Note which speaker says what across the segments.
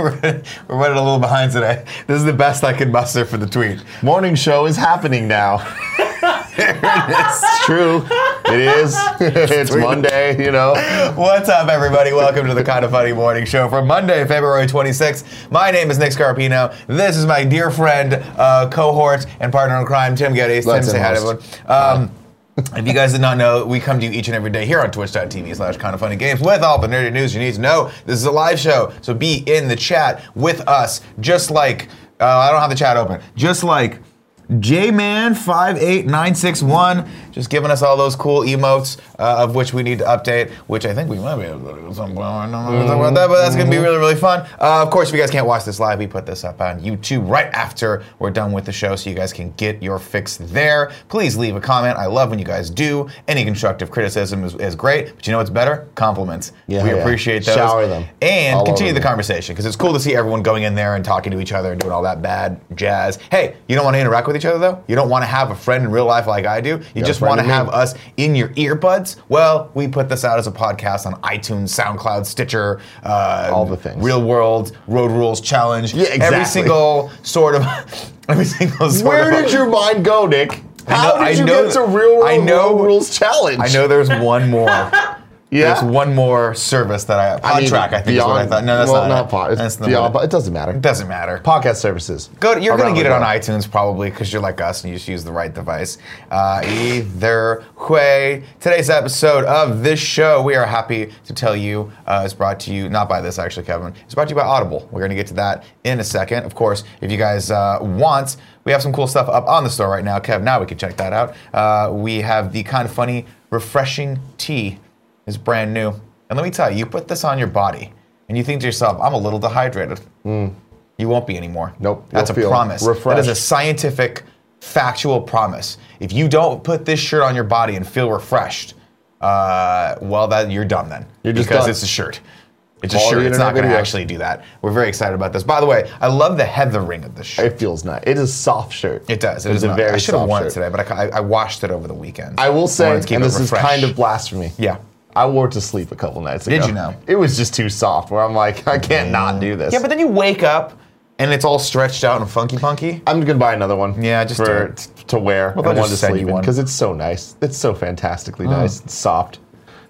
Speaker 1: we're running a little behind today. This is the best I could muster for the tweet. Morning show is happening now.
Speaker 2: It's true. It is. it's Monday, you know.
Speaker 1: What's up, everybody? Welcome to the Kind of Funny Morning Show for Monday, February 26th. My name is Nick Scarpino. This is my dear friend, uh, cohort, and partner in crime, Tim Geddes. Tim,
Speaker 2: That's
Speaker 1: say hi to everyone. Um,
Speaker 2: almost.
Speaker 1: if you guys did not know, we come to you each and every day here on twitch.tv slash kind of funny games with all the nerdy news you need to know. This is a live show, so be in the chat with us, just like, uh, I don't have the chat open, just like Jman58961, just giving us all those cool emotes, uh, of which we need to update, which I think we might be able to do something. I don't know about that, but
Speaker 2: Mm-hmm.
Speaker 1: that's going to be really, really fun. Uh, of course, if you guys can't watch this live, we put this up on YouTube right after we're done with the show, so you guys can get your fix there. Please leave a comment. I love when you guys do. Any constructive criticism is, is great, but you know what's better? Compliments.
Speaker 2: Yeah,
Speaker 1: we
Speaker 2: yeah.
Speaker 1: appreciate those.
Speaker 2: Shower them.
Speaker 1: And
Speaker 2: All
Speaker 1: continue
Speaker 2: over
Speaker 1: the
Speaker 2: them.
Speaker 1: conversation because it's cool to see everyone going in there and talking to each other and doing all that bad jazz. Hey, you don't want to interact with each other though? You don't want to have a friend in real life like I do? You
Speaker 2: a
Speaker 1: just
Speaker 2: friend
Speaker 1: want to
Speaker 2: in me.
Speaker 1: have us in your earbuds? Well, we put this out as a podcast on iTunes, SoundCloud, Stitcher, uh,
Speaker 2: All the things.
Speaker 1: Real World, Road Rules Challenge.
Speaker 2: Yeah,
Speaker 1: Every
Speaker 2: exactly.
Speaker 1: single sort of. every single sort
Speaker 2: Where
Speaker 1: of.
Speaker 2: did your mind go, Nick?
Speaker 1: I
Speaker 2: How
Speaker 1: know- I
Speaker 2: did you
Speaker 1: know
Speaker 2: get to
Speaker 1: that-
Speaker 2: real world
Speaker 1: I know-
Speaker 2: Road rules challenge?
Speaker 1: I know there's one more.
Speaker 2: Yeah.
Speaker 1: There's one more service that I. Pod
Speaker 2: mean,
Speaker 1: track, I think is what I
Speaker 2: beyond-
Speaker 1: thought. No, that's
Speaker 2: well,
Speaker 1: not.
Speaker 2: not
Speaker 1: it.
Speaker 2: pod. It's
Speaker 1: That's not
Speaker 2: beyond,
Speaker 1: it.
Speaker 2: pod. it doesn't matter.
Speaker 1: It doesn't matter.
Speaker 2: Podcast services.
Speaker 1: Go to, you're going
Speaker 2: Around
Speaker 1: to get
Speaker 2: the
Speaker 1: it on
Speaker 2: world.
Speaker 1: iTunes probably because you're like us and you just use the right device. Uh, either way, today's episode of this show, we are happy to tell you, uh, is brought to you, not by this actually, Kevin, it's brought to you by Audible. We're going to get to that in a second. Of course, if you guys uh, want, we have some cool stuff up on the store right now. Kev, now we can check that out. Uh, we have the kind of funny, refreshing tea is brand new. And let me tell you, you put this on your body and you think to yourself, I'm a little dehydrated. You won't be anymore.
Speaker 2: Nope,
Speaker 1: That's a
Speaker 2: you'll feel
Speaker 1: promise. That is a
Speaker 2: refreshed.
Speaker 1: scientific, factual promise. If you don't put this shirt on your body and feel refreshed, uh, well, that you're done then.
Speaker 2: You're just
Speaker 1: because
Speaker 2: done.
Speaker 1: it's a shirt. It's
Speaker 2: Quality
Speaker 1: a shirt. It's not going
Speaker 2: internet
Speaker 1: to
Speaker 2: video.
Speaker 1: actually do that. We're very excited about this. By the way, I love the heathering of this shirt.
Speaker 2: It feels nice. It is soft shirt.
Speaker 1: It does. It
Speaker 2: it's
Speaker 1: is
Speaker 2: a
Speaker 1: not-
Speaker 2: very
Speaker 1: I should have
Speaker 2: soft
Speaker 1: worn it
Speaker 2: shirt.
Speaker 1: today, but I, ca- I, I washed it over the weekend.
Speaker 2: I will say,
Speaker 1: wanted to keep
Speaker 2: and
Speaker 1: it
Speaker 2: this is
Speaker 1: refreshed.
Speaker 2: kind of blasphemy.
Speaker 1: Yeah.
Speaker 2: I wore it to sleep a couple nights ago.
Speaker 1: Did you now?
Speaker 2: It was just too soft. Where I'm like, I can't not do this.
Speaker 1: Yeah, but then you wake up and it's all stretched out and funky punky.
Speaker 2: I'm gonna buy another one.
Speaker 1: Yeah, just do
Speaker 2: for,
Speaker 1: it.
Speaker 2: t- to wear.
Speaker 1: they'll
Speaker 2: and one
Speaker 1: just
Speaker 2: to
Speaker 1: send you
Speaker 2: sleep in
Speaker 1: one. Oh.
Speaker 2: because it's so nice. It's so fantastically nice. It's soft.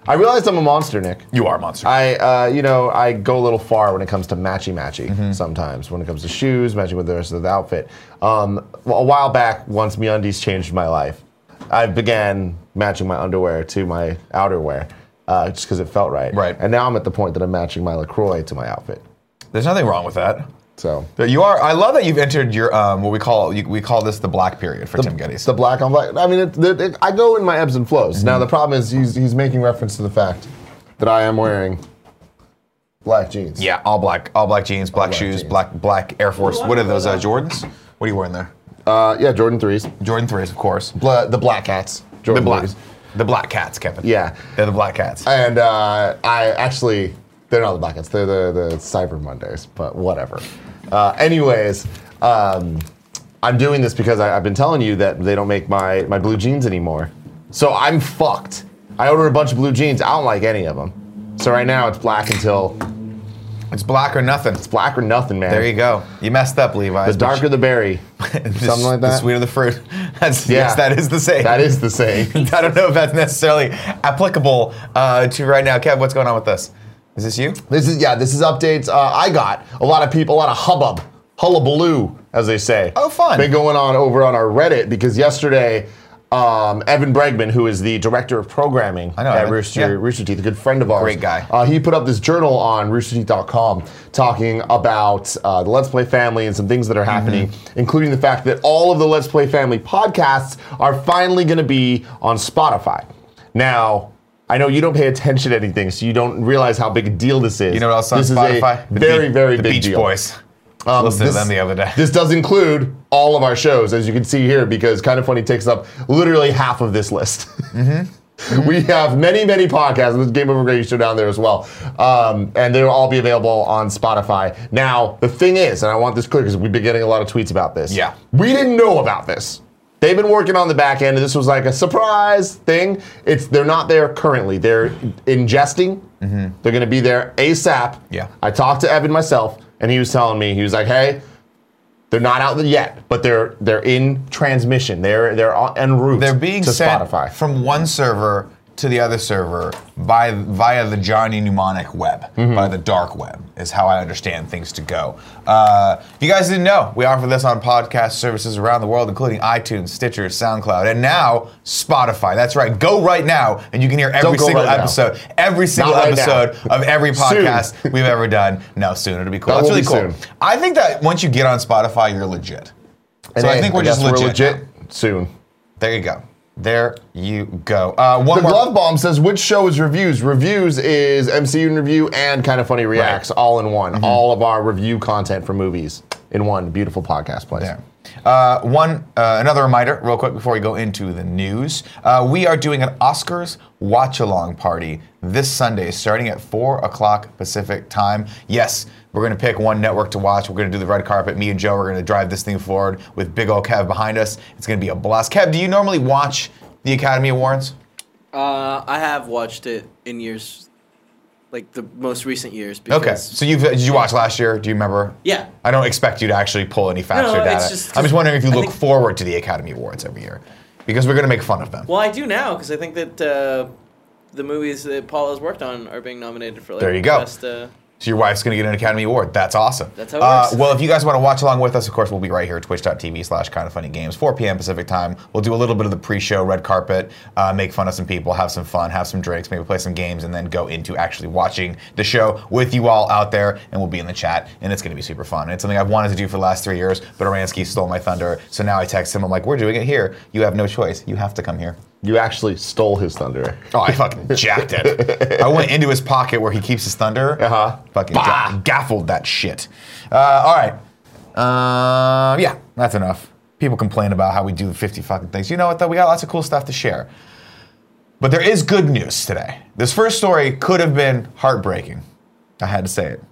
Speaker 2: I realized I'm a monster, Nick.
Speaker 1: You are a monster.
Speaker 2: I, uh, you know, I go a little far when it comes to matchy matchy
Speaker 1: Mm-hmm.
Speaker 2: sometimes. When it comes to shoes, matching with the rest of the outfit. Um, well, a while back, once MeUndies changed my life, I began matching my underwear to my outerwear uh, just because it felt right.
Speaker 1: Right.
Speaker 2: And now I'm at the point that I'm matching my Lacroix to my outfit.
Speaker 1: There's nothing wrong with that.
Speaker 2: So
Speaker 1: But you are. I love that you've entered your um, what we call you, we call this the black period for Tim Geddes.
Speaker 2: It's the black on black. I mean, it, it, it- I go in my ebbs and flows. Now the problem is he's, he's making reference to the fact that I am wearing black jeans.
Speaker 1: yeah, all black, all black jeans, black,
Speaker 2: black
Speaker 1: shoes,
Speaker 2: jeans.
Speaker 1: black black Air Force. What are those uh, Jordans? What are you wearing there?
Speaker 2: Uh, yeah, Jordan threes,
Speaker 1: Jordan threes, of course.
Speaker 2: Bla- the black hats,
Speaker 1: The
Speaker 2: Jordan
Speaker 1: black,
Speaker 2: threes.
Speaker 1: the black cats, Kevin.
Speaker 2: Yeah,
Speaker 1: they're the black cats.
Speaker 2: and uh, I actually they're not the black hats. They're the, the Cyber Mondays, but whatever. Uh, anyways. Um, I'm doing this because I, I've been telling you that they don't make my, my blue jeans anymore. So I'm fucked. I ordered a bunch of blue jeans. I don't like any of them. So right now it's black until
Speaker 1: it's black or nothing.
Speaker 2: black or nothing, man.
Speaker 1: There you go. You messed up, Levi.
Speaker 2: The darker the berry, something like
Speaker 1: The
Speaker 2: that.
Speaker 1: sweeter the fruit. That's,
Speaker 2: Yeah.
Speaker 1: Yes, that is the same.
Speaker 2: that is the saying.
Speaker 1: I don't know if that's necessarily applicable uh, to right now, Kev. What's going on with this? Is this you?
Speaker 2: This is yeah. This is updates. Uh, I got a lot of people, a lot of hubbub, hullabaloo, as they say.
Speaker 1: Oh, fun.
Speaker 2: Been going on over on our Reddit because yesterday, um, Evan Bregman, who is the director of programming
Speaker 1: I know
Speaker 2: at
Speaker 1: Evan,
Speaker 2: Rooster
Speaker 1: yeah.
Speaker 2: Rooster Teeth, a good friend of ours,
Speaker 1: Great guy.
Speaker 2: Uh, he put up this journal on roosterteeth.com talking about uh, the Let's Play family and some things that are
Speaker 1: Mm-hmm.
Speaker 2: happening, including the fact that all of the Let's Play family podcasts are finally going to be on Spotify. Now. I know you don't pay attention to anything, so you don't realize how big a deal this is.
Speaker 1: You know what else on
Speaker 2: this
Speaker 1: Spotify?
Speaker 2: Is a very,
Speaker 1: Be-
Speaker 2: very
Speaker 1: the
Speaker 2: big
Speaker 1: Beach
Speaker 2: deal.
Speaker 1: Boys.
Speaker 2: Um,
Speaker 1: Listened to them the other day.
Speaker 2: This does include all of our shows, as you can see here, because Kind of Funny takes up literally half of this list.
Speaker 1: Mm-hmm.
Speaker 2: We have many, many podcasts. There's Game Over Great Show down there as well. Um, and they'll all be available on Spotify. Now, the thing is, and I want this clear because we've been getting a lot of tweets about this.
Speaker 1: Yeah.
Speaker 2: We didn't know about this. They've been working on the back end, and this was like a surprise thing. It's they're not there currently. They're ingesting. They're going to be there ASAP.
Speaker 1: Mm-hmm. Yeah.
Speaker 2: I talked to Evan myself. and he was telling me he was like, "Hey, they're not out yet, but they're they're in transmission. They're they're on- en route.
Speaker 1: They're being
Speaker 2: to
Speaker 1: sent
Speaker 2: Spotify.
Speaker 1: from one server to the other server by via the Johnny Mnemonic web,
Speaker 2: Mm-hmm.
Speaker 1: by the dark web, is how I understand things to go. Uh, if you guys didn't know, we offer this on podcast services around the world, including iTunes, Stitcher, SoundCloud, and now Spotify. That's right. Go right now, and you can hear every
Speaker 2: go
Speaker 1: single
Speaker 2: right now.
Speaker 1: episode, every single
Speaker 2: right now.
Speaker 1: episode of every
Speaker 2: Soon.
Speaker 1: podcast we've ever done. No, soon it'll be cool.
Speaker 2: That
Speaker 1: That's
Speaker 2: will
Speaker 1: really
Speaker 2: be
Speaker 1: cool.
Speaker 2: soon.
Speaker 1: I think that once you get on Spotify, you're legit.
Speaker 2: And
Speaker 1: so I
Speaker 2: hey,
Speaker 1: think we're just
Speaker 2: guess
Speaker 1: legit.
Speaker 2: legit soon.
Speaker 1: There you go. There you go. Uh, one
Speaker 2: The
Speaker 1: more.
Speaker 2: Glove Bomb says, which show is reviews? Reviews is MCU in review and Kind of Funny Reacts all in one. All of our review content for movies in one beautiful podcast place.
Speaker 1: there. Uh, one uh, another reminder, real quick, before we go into the news, uh, we are doing an Oscars watch along party this Sunday, starting at four o'clock Pacific time. Yes, we're going to pick one network to watch. We're going to do the red carpet. Me and Joe are going to drive this thing forward with big ol' Kev behind us. It's going to be a blast. Kev, do you normally watch the Academy Awards?
Speaker 3: Uh, I have watched it in years, like the most recent years. Because,
Speaker 1: Okay, so you've, did you watch last year? Do you remember?
Speaker 3: Yeah.
Speaker 1: I don't expect you to actually pull any facts
Speaker 3: No,
Speaker 1: or
Speaker 3: no,
Speaker 1: data.
Speaker 3: it's just-
Speaker 1: I'm just wondering if you
Speaker 3: I
Speaker 1: look
Speaker 3: think-
Speaker 1: forward to the Academy Awards every year, because we're going to make fun of them.
Speaker 3: Well, I do now because I think that uh, the movies that Paul has worked on are being nominated for. Like,
Speaker 1: There you go.
Speaker 3: Best, uh,
Speaker 1: So your wife's going to get an Academy Award. That's awesome.
Speaker 3: That's how it works.
Speaker 1: Uh, well, if you guys want to watch along with us, of course, we'll be right here, twitch.tv slash kind of funny games, 4 p.m. Pacific time. We'll do a little bit of the pre-show, red carpet, uh, make fun of some people, have some fun, have some drinks, maybe play some games, and then go into actually watching the show with you all out there, and we'll be in the chat, and it's going to be super fun. And it's something I've wanted to do for the last three years, but Oransky stole my thunder, so now I text him, I'm like, we're doing it here. You have no choice. You have to come here.
Speaker 2: You actually stole his thunder.
Speaker 1: Oh, I fucking jacked it. I went into his pocket where he keeps his thunder.
Speaker 2: Uh-huh.
Speaker 1: Fucking ga- gaffled that shit. Uh, all right. Uh, yeah, that's enough. People complain about how we do 50 fucking things. You know what, though? We got lots of cool stuff to share. But there is good news today. This first story could have been heartbreaking. I had to say it.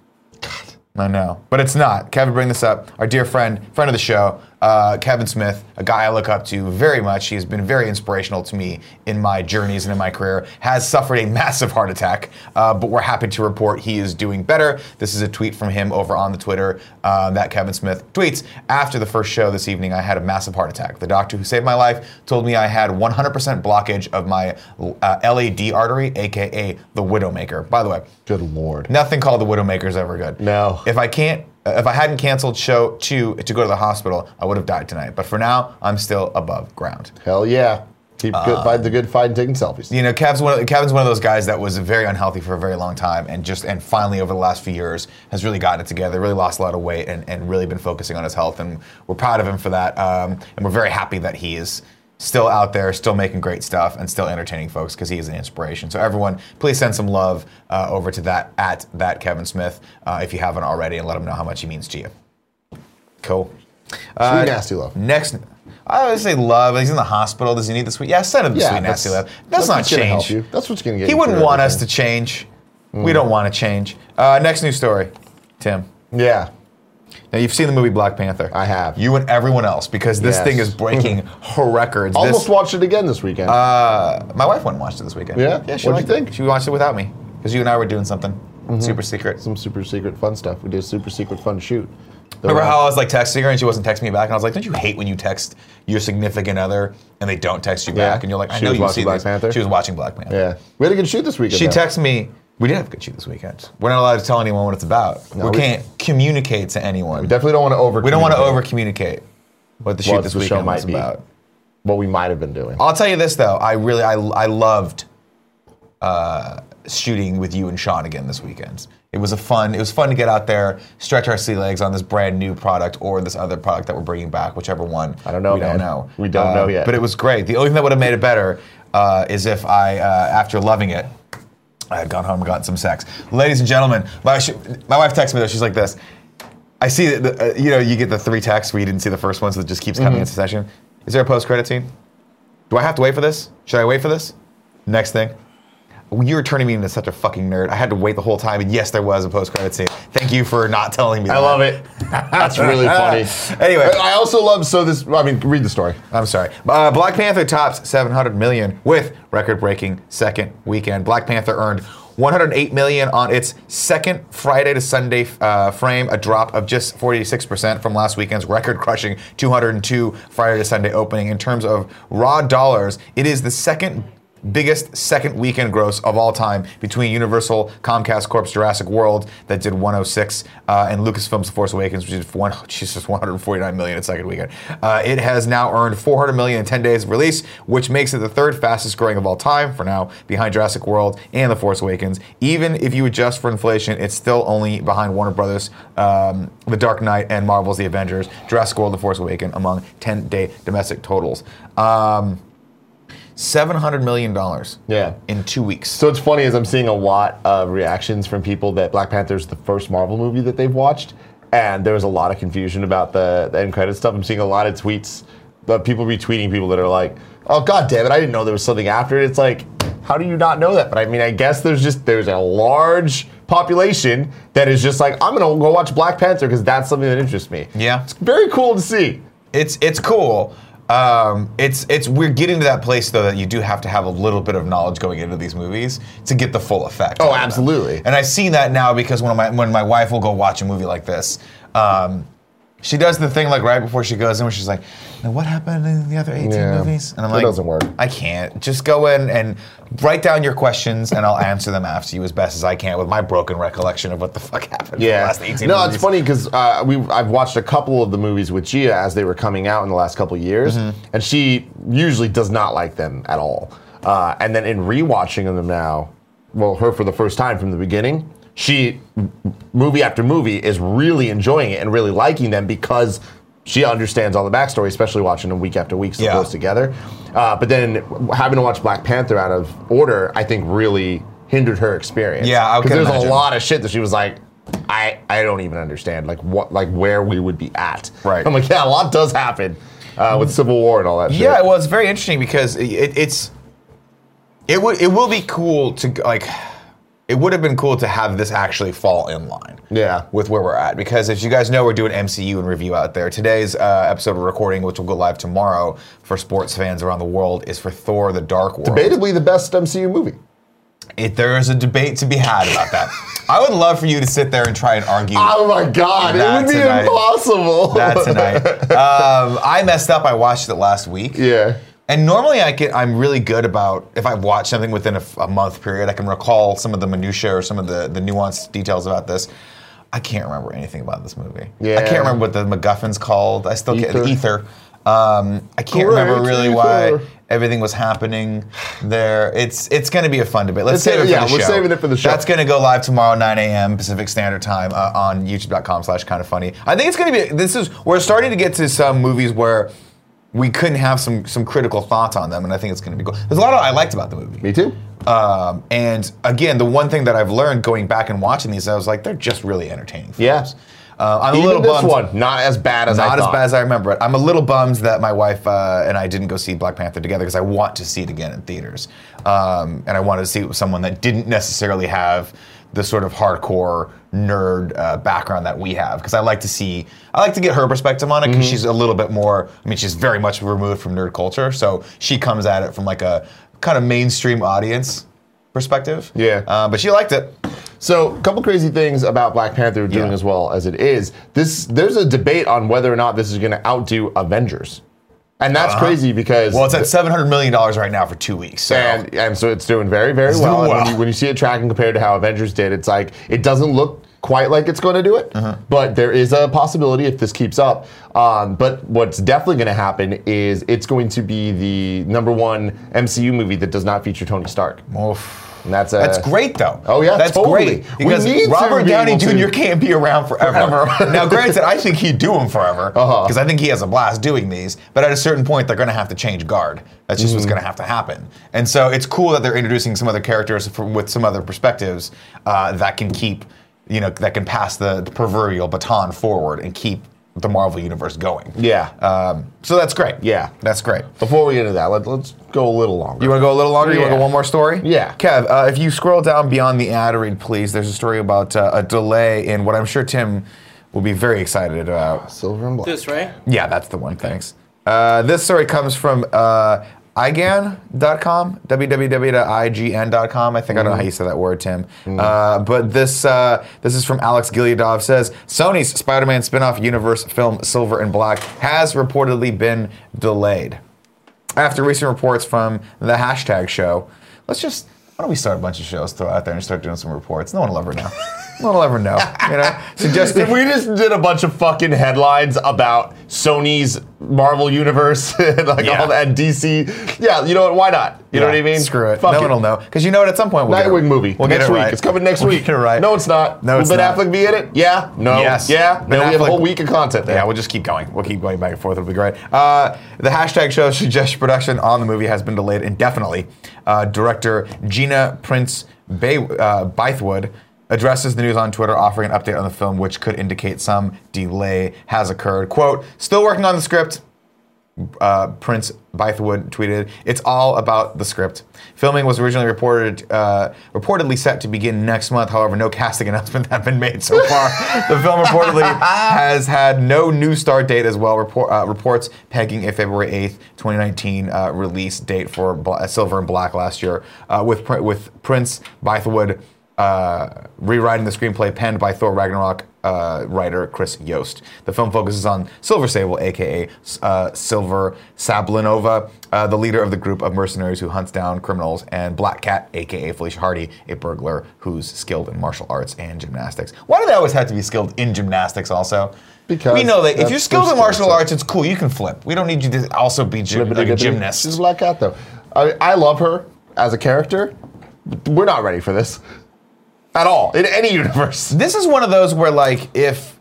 Speaker 1: I know, but it's not. Kevin, bring this up. Our dear friend, friend of the show, uh, Kevin Smith, a guy I look up to very much. He's been very inspirational to me in my journeys and in my career. Has suffered a massive heart attack, uh, but we're happy to report he is doing better. This is a tweet from him over on the Twitter uh, that Kevin Smith tweets after the first show this evening. I had a massive heart attack. The doctor who saved my life told me I had 100% blockage of my uh, LAD artery, aka the Widowmaker. By the way,
Speaker 2: Good lord.
Speaker 1: Nothing called the Widowmaker's ever good.
Speaker 2: No.
Speaker 1: If I can't, uh, if I hadn't canceled show two to go to the hospital, I would have died tonight. But for now, I'm still above ground.
Speaker 2: Hell yeah. Keep good, fight the good fight and taking selfies.
Speaker 1: You know, Kevin's one, of, Kevin's one of those guys that was very unhealthy for a very long time, and just and finally over the last few years has really gotten it together, really lost a lot of weight, and, and really been focusing on his health, and we're proud of him for that, um, and we're very happy that he is still out there, still making great stuff, and still entertaining folks because he is an inspiration. So everyone, please send some love uh, over to that at that Kevin Smith uh, if you haven't already, and let him know how much he means to you. Cool.
Speaker 2: Sweet nasty love.
Speaker 1: Next, I always say love. He's in the hospital. Does he need the sweet? Yeah, send him the
Speaker 2: Yeah,
Speaker 1: sweet nasty love.
Speaker 2: that's-
Speaker 1: That's,
Speaker 2: that's
Speaker 1: not
Speaker 2: what's gonna help you.
Speaker 1: change.
Speaker 2: That's what's gonna get
Speaker 1: He
Speaker 2: you
Speaker 1: wouldn't
Speaker 2: through
Speaker 1: want us to
Speaker 2: everything.
Speaker 1: change. We don't want to change. Uh, next news story, Tim.
Speaker 2: Yeah.
Speaker 1: Now you've seen the movie Black Panther.
Speaker 2: I have.
Speaker 1: You and everyone else, because this
Speaker 2: Yes.
Speaker 1: thing is breaking her records.
Speaker 2: Almost
Speaker 1: This-
Speaker 2: watched it again this weekend.
Speaker 1: my wife went and watched it this weekend.
Speaker 2: Yeah?
Speaker 1: yeah. She
Speaker 2: What'd you
Speaker 1: liked it.
Speaker 2: think? Mm-hmm.
Speaker 1: She watched it without me because you and I were doing something super secret.
Speaker 2: Some super secret fun stuff. We did a super secret fun shoot.
Speaker 1: Remember how I was like texting her and she wasn't texting me back, and I was like, "Don't you hate when you text your significant other and they don't text you
Speaker 2: Yeah.
Speaker 1: back?" And you're like, "I
Speaker 2: She
Speaker 1: know
Speaker 2: was
Speaker 1: you
Speaker 2: watching
Speaker 1: see
Speaker 2: Black
Speaker 1: these."
Speaker 2: Panther?
Speaker 1: She was watching Black Panther.
Speaker 2: Yeah. We had a good shoot this weekend.
Speaker 1: She
Speaker 2: though.
Speaker 1: texted me. We did have a good shoot this weekend. We're not allowed to tell anyone what it's about. we,
Speaker 2: we-
Speaker 1: can't communicate to anyone. We,
Speaker 2: Definitely don't want to over
Speaker 1: don't want to over communicate what the shoot
Speaker 2: What
Speaker 1: this
Speaker 2: the show
Speaker 1: weekend
Speaker 2: might
Speaker 1: was
Speaker 2: be.
Speaker 1: about.
Speaker 2: What we might have been doing.
Speaker 1: I'll tell you this though. I really I, I loved uh, shooting with you and Sean again this weekend. It was a fun. It was fun to get out there, stretch our sea legs on this brand new product or this other product that we're bringing back, whichever one. I
Speaker 2: don't know,
Speaker 1: We
Speaker 2: man.
Speaker 1: don't know.
Speaker 2: We don't
Speaker 1: Uh,
Speaker 2: know yet.
Speaker 1: But it was great. The only thing that would have made it better uh, is if I, uh, after loving it, I had gone home and gotten some sex. Ladies and gentlemen, my, sh- my wife texted me though. She's like this. I see that the, uh, you know you get the three texts where you didn't see the first one, so it just keeps
Speaker 2: Mm-hmm.
Speaker 1: coming in succession. Is there a post credit scene? Do I have to wait for this? Should I wait for this? Next thing. You were turning me into such a fucking nerd. I had to wait the whole time, and yes, there was a post credit scene. Thank you for not telling me.
Speaker 2: I love it. That's really funny.
Speaker 1: Anyway.
Speaker 2: I I also love so this. I mean, read the story.
Speaker 1: I'm sorry. Uh, Black Panther tops 700 million with record-breaking second weekend. Black Panther earned 108 million on its second Friday to Sunday uh, frame, a drop of just 46% from last weekend's record-crushing 202 Friday to Sunday opening. In terms of raw dollars, it is the second biggest second weekend gross of all time between Universal, Comcast Corp's Jurassic World that did 106 uh, and Lucasfilm's The Force Awakens, which did one, Jesus, 149 million its second weekend. Uh, it has now earned 400 million in 10 days of release, which makes it the third fastest growing of all time for now, behind Jurassic World and The Force Awakens. Even if you adjust for inflation, it's still only behind Warner Brothers, um, The Dark Knight, and Marvel's The Avengers, Jurassic World, The Force Awakens among 10 day domestic totals. Um, seven hundred million dollars.
Speaker 2: Yeah.
Speaker 1: In two weeks.
Speaker 2: So it's funny as I'm seeing a lot of reactions from people that Black Panther's the first Marvel movie that they've watched, and there was a lot of confusion about the, the end credit stuff. I'm seeing a lot of tweets, but people retweeting people that are like, "Oh God damn it, I didn't know there was something after it." It's like, how do you not know that? But I mean, I guess there's just there's a large population that is just like, I'm gonna go watch Black Panther because that's something that interests me.
Speaker 1: Yeah.
Speaker 2: it's very cool to see.
Speaker 1: It's it's cool. Um, it's it's we're getting to that place though that you do have to have a little bit of knowledge going into these movies to get the full effect.
Speaker 2: Oh,
Speaker 1: out of them.
Speaker 2: absolutely.
Speaker 1: And I've seen that now because when my when my wife will go watch a movie like this, um, she does the thing like right before she goes in where she's like, "Now what happened in the other 18
Speaker 2: Yeah.
Speaker 1: movies?" And I'm
Speaker 2: It
Speaker 1: like,
Speaker 2: doesn't work.
Speaker 1: I can't. Just go in and write down your questions, and I'll answer them after you as best as I can with my broken recollection of what the fuck happened. in the last 18
Speaker 2: no,
Speaker 1: movies.
Speaker 2: it's funny because uh, we I've watched a couple of the movies with Gia as they were coming out in the last couple of years,
Speaker 1: Mm-hmm.
Speaker 2: and she usually does not like them at all. Uh, and then in rewatching them now, well, her for the first time from the beginning, she m- movie after movie is really enjoying it and really liking them because she understands all the backstory, especially watching them week after week so
Speaker 1: Yeah.
Speaker 2: close together. Uh, but then having to watch Black Panther out of order, I think really hindered her experience.
Speaker 1: Yeah, I
Speaker 2: because
Speaker 1: can
Speaker 2: there's a
Speaker 1: imagine.
Speaker 2: lot lot of shit that she was like, I I don't even understand like what like where we would be at.
Speaker 1: Right.
Speaker 2: I'm like, yeah, a lot does happen uh, with Civil War and all that. shit.
Speaker 1: Yeah, well, it's very interesting because it, it, it's it would it will be cool to g- like it would have been cool to have this actually fall in line.
Speaker 2: Yeah.
Speaker 1: With where we're at, because as you guys know, we're doing MCU and review out there. Today's uh, episode of recording, which will go live tomorrow for sports fans around the world, is for Thor: The Dark World.
Speaker 2: Debatably the best MCU movie.
Speaker 1: If there is a debate to be had about that, I would love for you to sit there and try and argue.
Speaker 2: Oh my god, it
Speaker 1: That
Speaker 2: would be
Speaker 1: tonight.
Speaker 2: impossible.
Speaker 1: that tonight. Um, I messed up. I watched it last week.
Speaker 2: yeah.
Speaker 1: And normally, I can, I'm really good about if I've watched something within a, f- a month period, I can recall some of the minutia or some of the, the nuanced details about this. I can't remember anything about this movie. I
Speaker 2: Yeah.
Speaker 1: can't remember what the MacGuffin's called. I still can't. The
Speaker 2: Ether.
Speaker 1: ether. Um, I can't remember
Speaker 2: Great
Speaker 1: really
Speaker 2: ether.
Speaker 1: why everything was happening there. It's it's going to be a fun debate. Let's
Speaker 2: It's
Speaker 1: save it
Speaker 2: gonna-
Speaker 1: for
Speaker 2: yeah,
Speaker 1: the show.
Speaker 2: we're saving it for the show.
Speaker 1: That's going to go live tomorrow, 9 a.m. Pacific Standard Time uh, on youtube.com slash kind of funny. I think it's going to be, this is, we're starting to get to some movies where we couldn't have some some critical thoughts on them, and I think it's going to be cool. There's a lot of I liked about the movie.
Speaker 2: Me too.
Speaker 1: Um, and again, the one thing that I've learned going back and watching these, I was like, they're just really entertaining. films.
Speaker 2: Yeah.
Speaker 1: Uh, I'm a
Speaker 2: Even
Speaker 1: little
Speaker 2: this
Speaker 1: bummed.
Speaker 2: one, not as bad as I
Speaker 1: Not as
Speaker 2: thought.
Speaker 1: bad as I remember it. I'm a little bummed that my wife uh, and I didn't go see Black Panther together because I want to see it again in theaters. Um, and I wanted to see it with someone that didn't necessarily have the sort of hardcore nerd uh, background that we have because I like to see, I like to get her perspective on it
Speaker 2: Mm-hmm.
Speaker 1: because she's a little bit more, I mean, she's very much removed from nerd culture. So she comes at it from like a kind of mainstream audience perspective.
Speaker 2: Yeah.
Speaker 1: Uh, but she liked it.
Speaker 2: So, a couple crazy things about Black Panther doing
Speaker 1: Yeah.
Speaker 2: as well as it is. This there's a debate on whether or not this is going to outdo Avengers, and that's crazy because
Speaker 1: Uh-huh. Well, it's at $700 million right now for two weeks. So.
Speaker 2: And, and so it's doing very, very well.
Speaker 1: doing
Speaker 2: And when,
Speaker 1: well.
Speaker 2: you, when you see it tracking compared to how Avengers did, it's like it doesn't look quite like it's going to do it,
Speaker 1: Uh-huh.
Speaker 2: but there is a possibility if this keeps up. Um, but what's definitely going to happen is it's going to be the number one MCU movie that does not feature Tony Stark.
Speaker 1: Oof.
Speaker 2: And that's a,
Speaker 1: That's great, though.
Speaker 2: Oh, yeah,
Speaker 1: that's
Speaker 2: totally.
Speaker 1: great
Speaker 2: We
Speaker 1: because
Speaker 2: need to
Speaker 1: Robert
Speaker 2: be
Speaker 1: Downey
Speaker 2: able
Speaker 1: Jr.
Speaker 2: to-
Speaker 1: can't be around forever.
Speaker 2: Forever. Uh-huh.
Speaker 1: now, granted, I think he'd do them forever because I think he has a blast doing these. But at a certain point, they're going to have to change guard. That's just what's
Speaker 2: Mm.
Speaker 1: going to have to happen. And so it's cool that they're introducing some other characters from, with some other perspectives uh, that can keep, you know, that can pass the proverbial baton forward and keep the Marvel universe going.
Speaker 2: Yeah. Uh,
Speaker 1: Um, so that's great.
Speaker 2: Yeah.
Speaker 1: that's great.
Speaker 2: Before we get into that, let, let's go a little longer.
Speaker 1: You want to go a little longer? You want to
Speaker 2: Yeah.
Speaker 1: go one more story?
Speaker 2: Yeah.
Speaker 1: Kev, uh, if you scroll down beyond the ad read, please, there's a story about uh, a delay in what I'm sure Tim will be very excited about.
Speaker 2: Silver and black.
Speaker 3: This right?
Speaker 1: Yeah, that's the one. Thanks. Uh, this story comes from uh, IGAN.com, www.ign.com. I think I know how you say that word, Tim. Uh, but this uh, this is from Alex Gileadov says Sony's Spider Man spin off universe film Silver and Black has reportedly been delayed. After recent reports from the hashtag show, let's just. Why don't we start a bunch of shows, throw it out there, and start doing some reports? No one will ever know. no one will ever know. You know, suggesting
Speaker 2: If we just did a bunch of fucking headlines about Sony's Marvel Universe and like
Speaker 1: Yeah.
Speaker 2: all that and DC, yeah, you know what? Why not? You know what I
Speaker 1: Yeah,
Speaker 2: mean?
Speaker 1: Screw it.
Speaker 2: Fuck
Speaker 1: no
Speaker 2: it.
Speaker 1: one will know. Because you know what? At some point, we'll get
Speaker 2: Nightwing
Speaker 1: it,
Speaker 2: movie.
Speaker 1: We'll
Speaker 2: next
Speaker 1: get it
Speaker 2: week.
Speaker 1: right.
Speaker 2: It's coming next
Speaker 1: We'll
Speaker 2: week.
Speaker 1: get it right.
Speaker 2: No, it's not.
Speaker 1: No,
Speaker 2: Will
Speaker 1: it's
Speaker 2: Ben
Speaker 1: not.
Speaker 2: Affleck be in it? Yeah. No.
Speaker 1: Yes.
Speaker 2: Yeah.
Speaker 1: Ben
Speaker 2: Then we have a
Speaker 1: Affleck-
Speaker 2: whole week of content there.
Speaker 1: Yeah, we'll just keep going. We'll keep going back and forth. It'll be great. Uh, the hashtag show suggests production on the movie has been delayed indefinitely. Uh, director Gina Prince Bay, uh, Bythewood addresses the news on Twitter, offering an update on the film, which could indicate some delay has occurred. Quote, still working on the script uh, Prince Bythewood tweeted, "It's all about the script. Filming was originally reported uh, reportedly set to begin next month. However, no casting announcement has been made so far. the film reportedly has had no new start date as well. Report, uh, reports pegging a February eighth, 2019 uh, release date for Bla- uh, Silver and Black last year, uh, with Pr- with Prince Bythewood." uh, rewriting the screenplay penned by Thor Ragnarok uh, writer Chris Yost. The film focuses on Silver Sable, aka uh, Silver Sablinova, uh, the leader of the group of mercenaries who hunts down criminals, and Black Cat, aka Felicia Hardy, a burglar who's skilled in martial arts and gymnastics. Why do they always have to be skilled in gymnastics also?
Speaker 2: Because
Speaker 1: we know that if
Speaker 2: that's
Speaker 1: you're skilled
Speaker 2: their
Speaker 1: in martial
Speaker 2: skill set.
Speaker 1: arts, it's cool. You can flip. We don't need you to also be gym, like a gymnast.
Speaker 2: She's a black cat though. I, I love her as a character. We're not ready for this at all in any universe.
Speaker 1: this is one of those where like if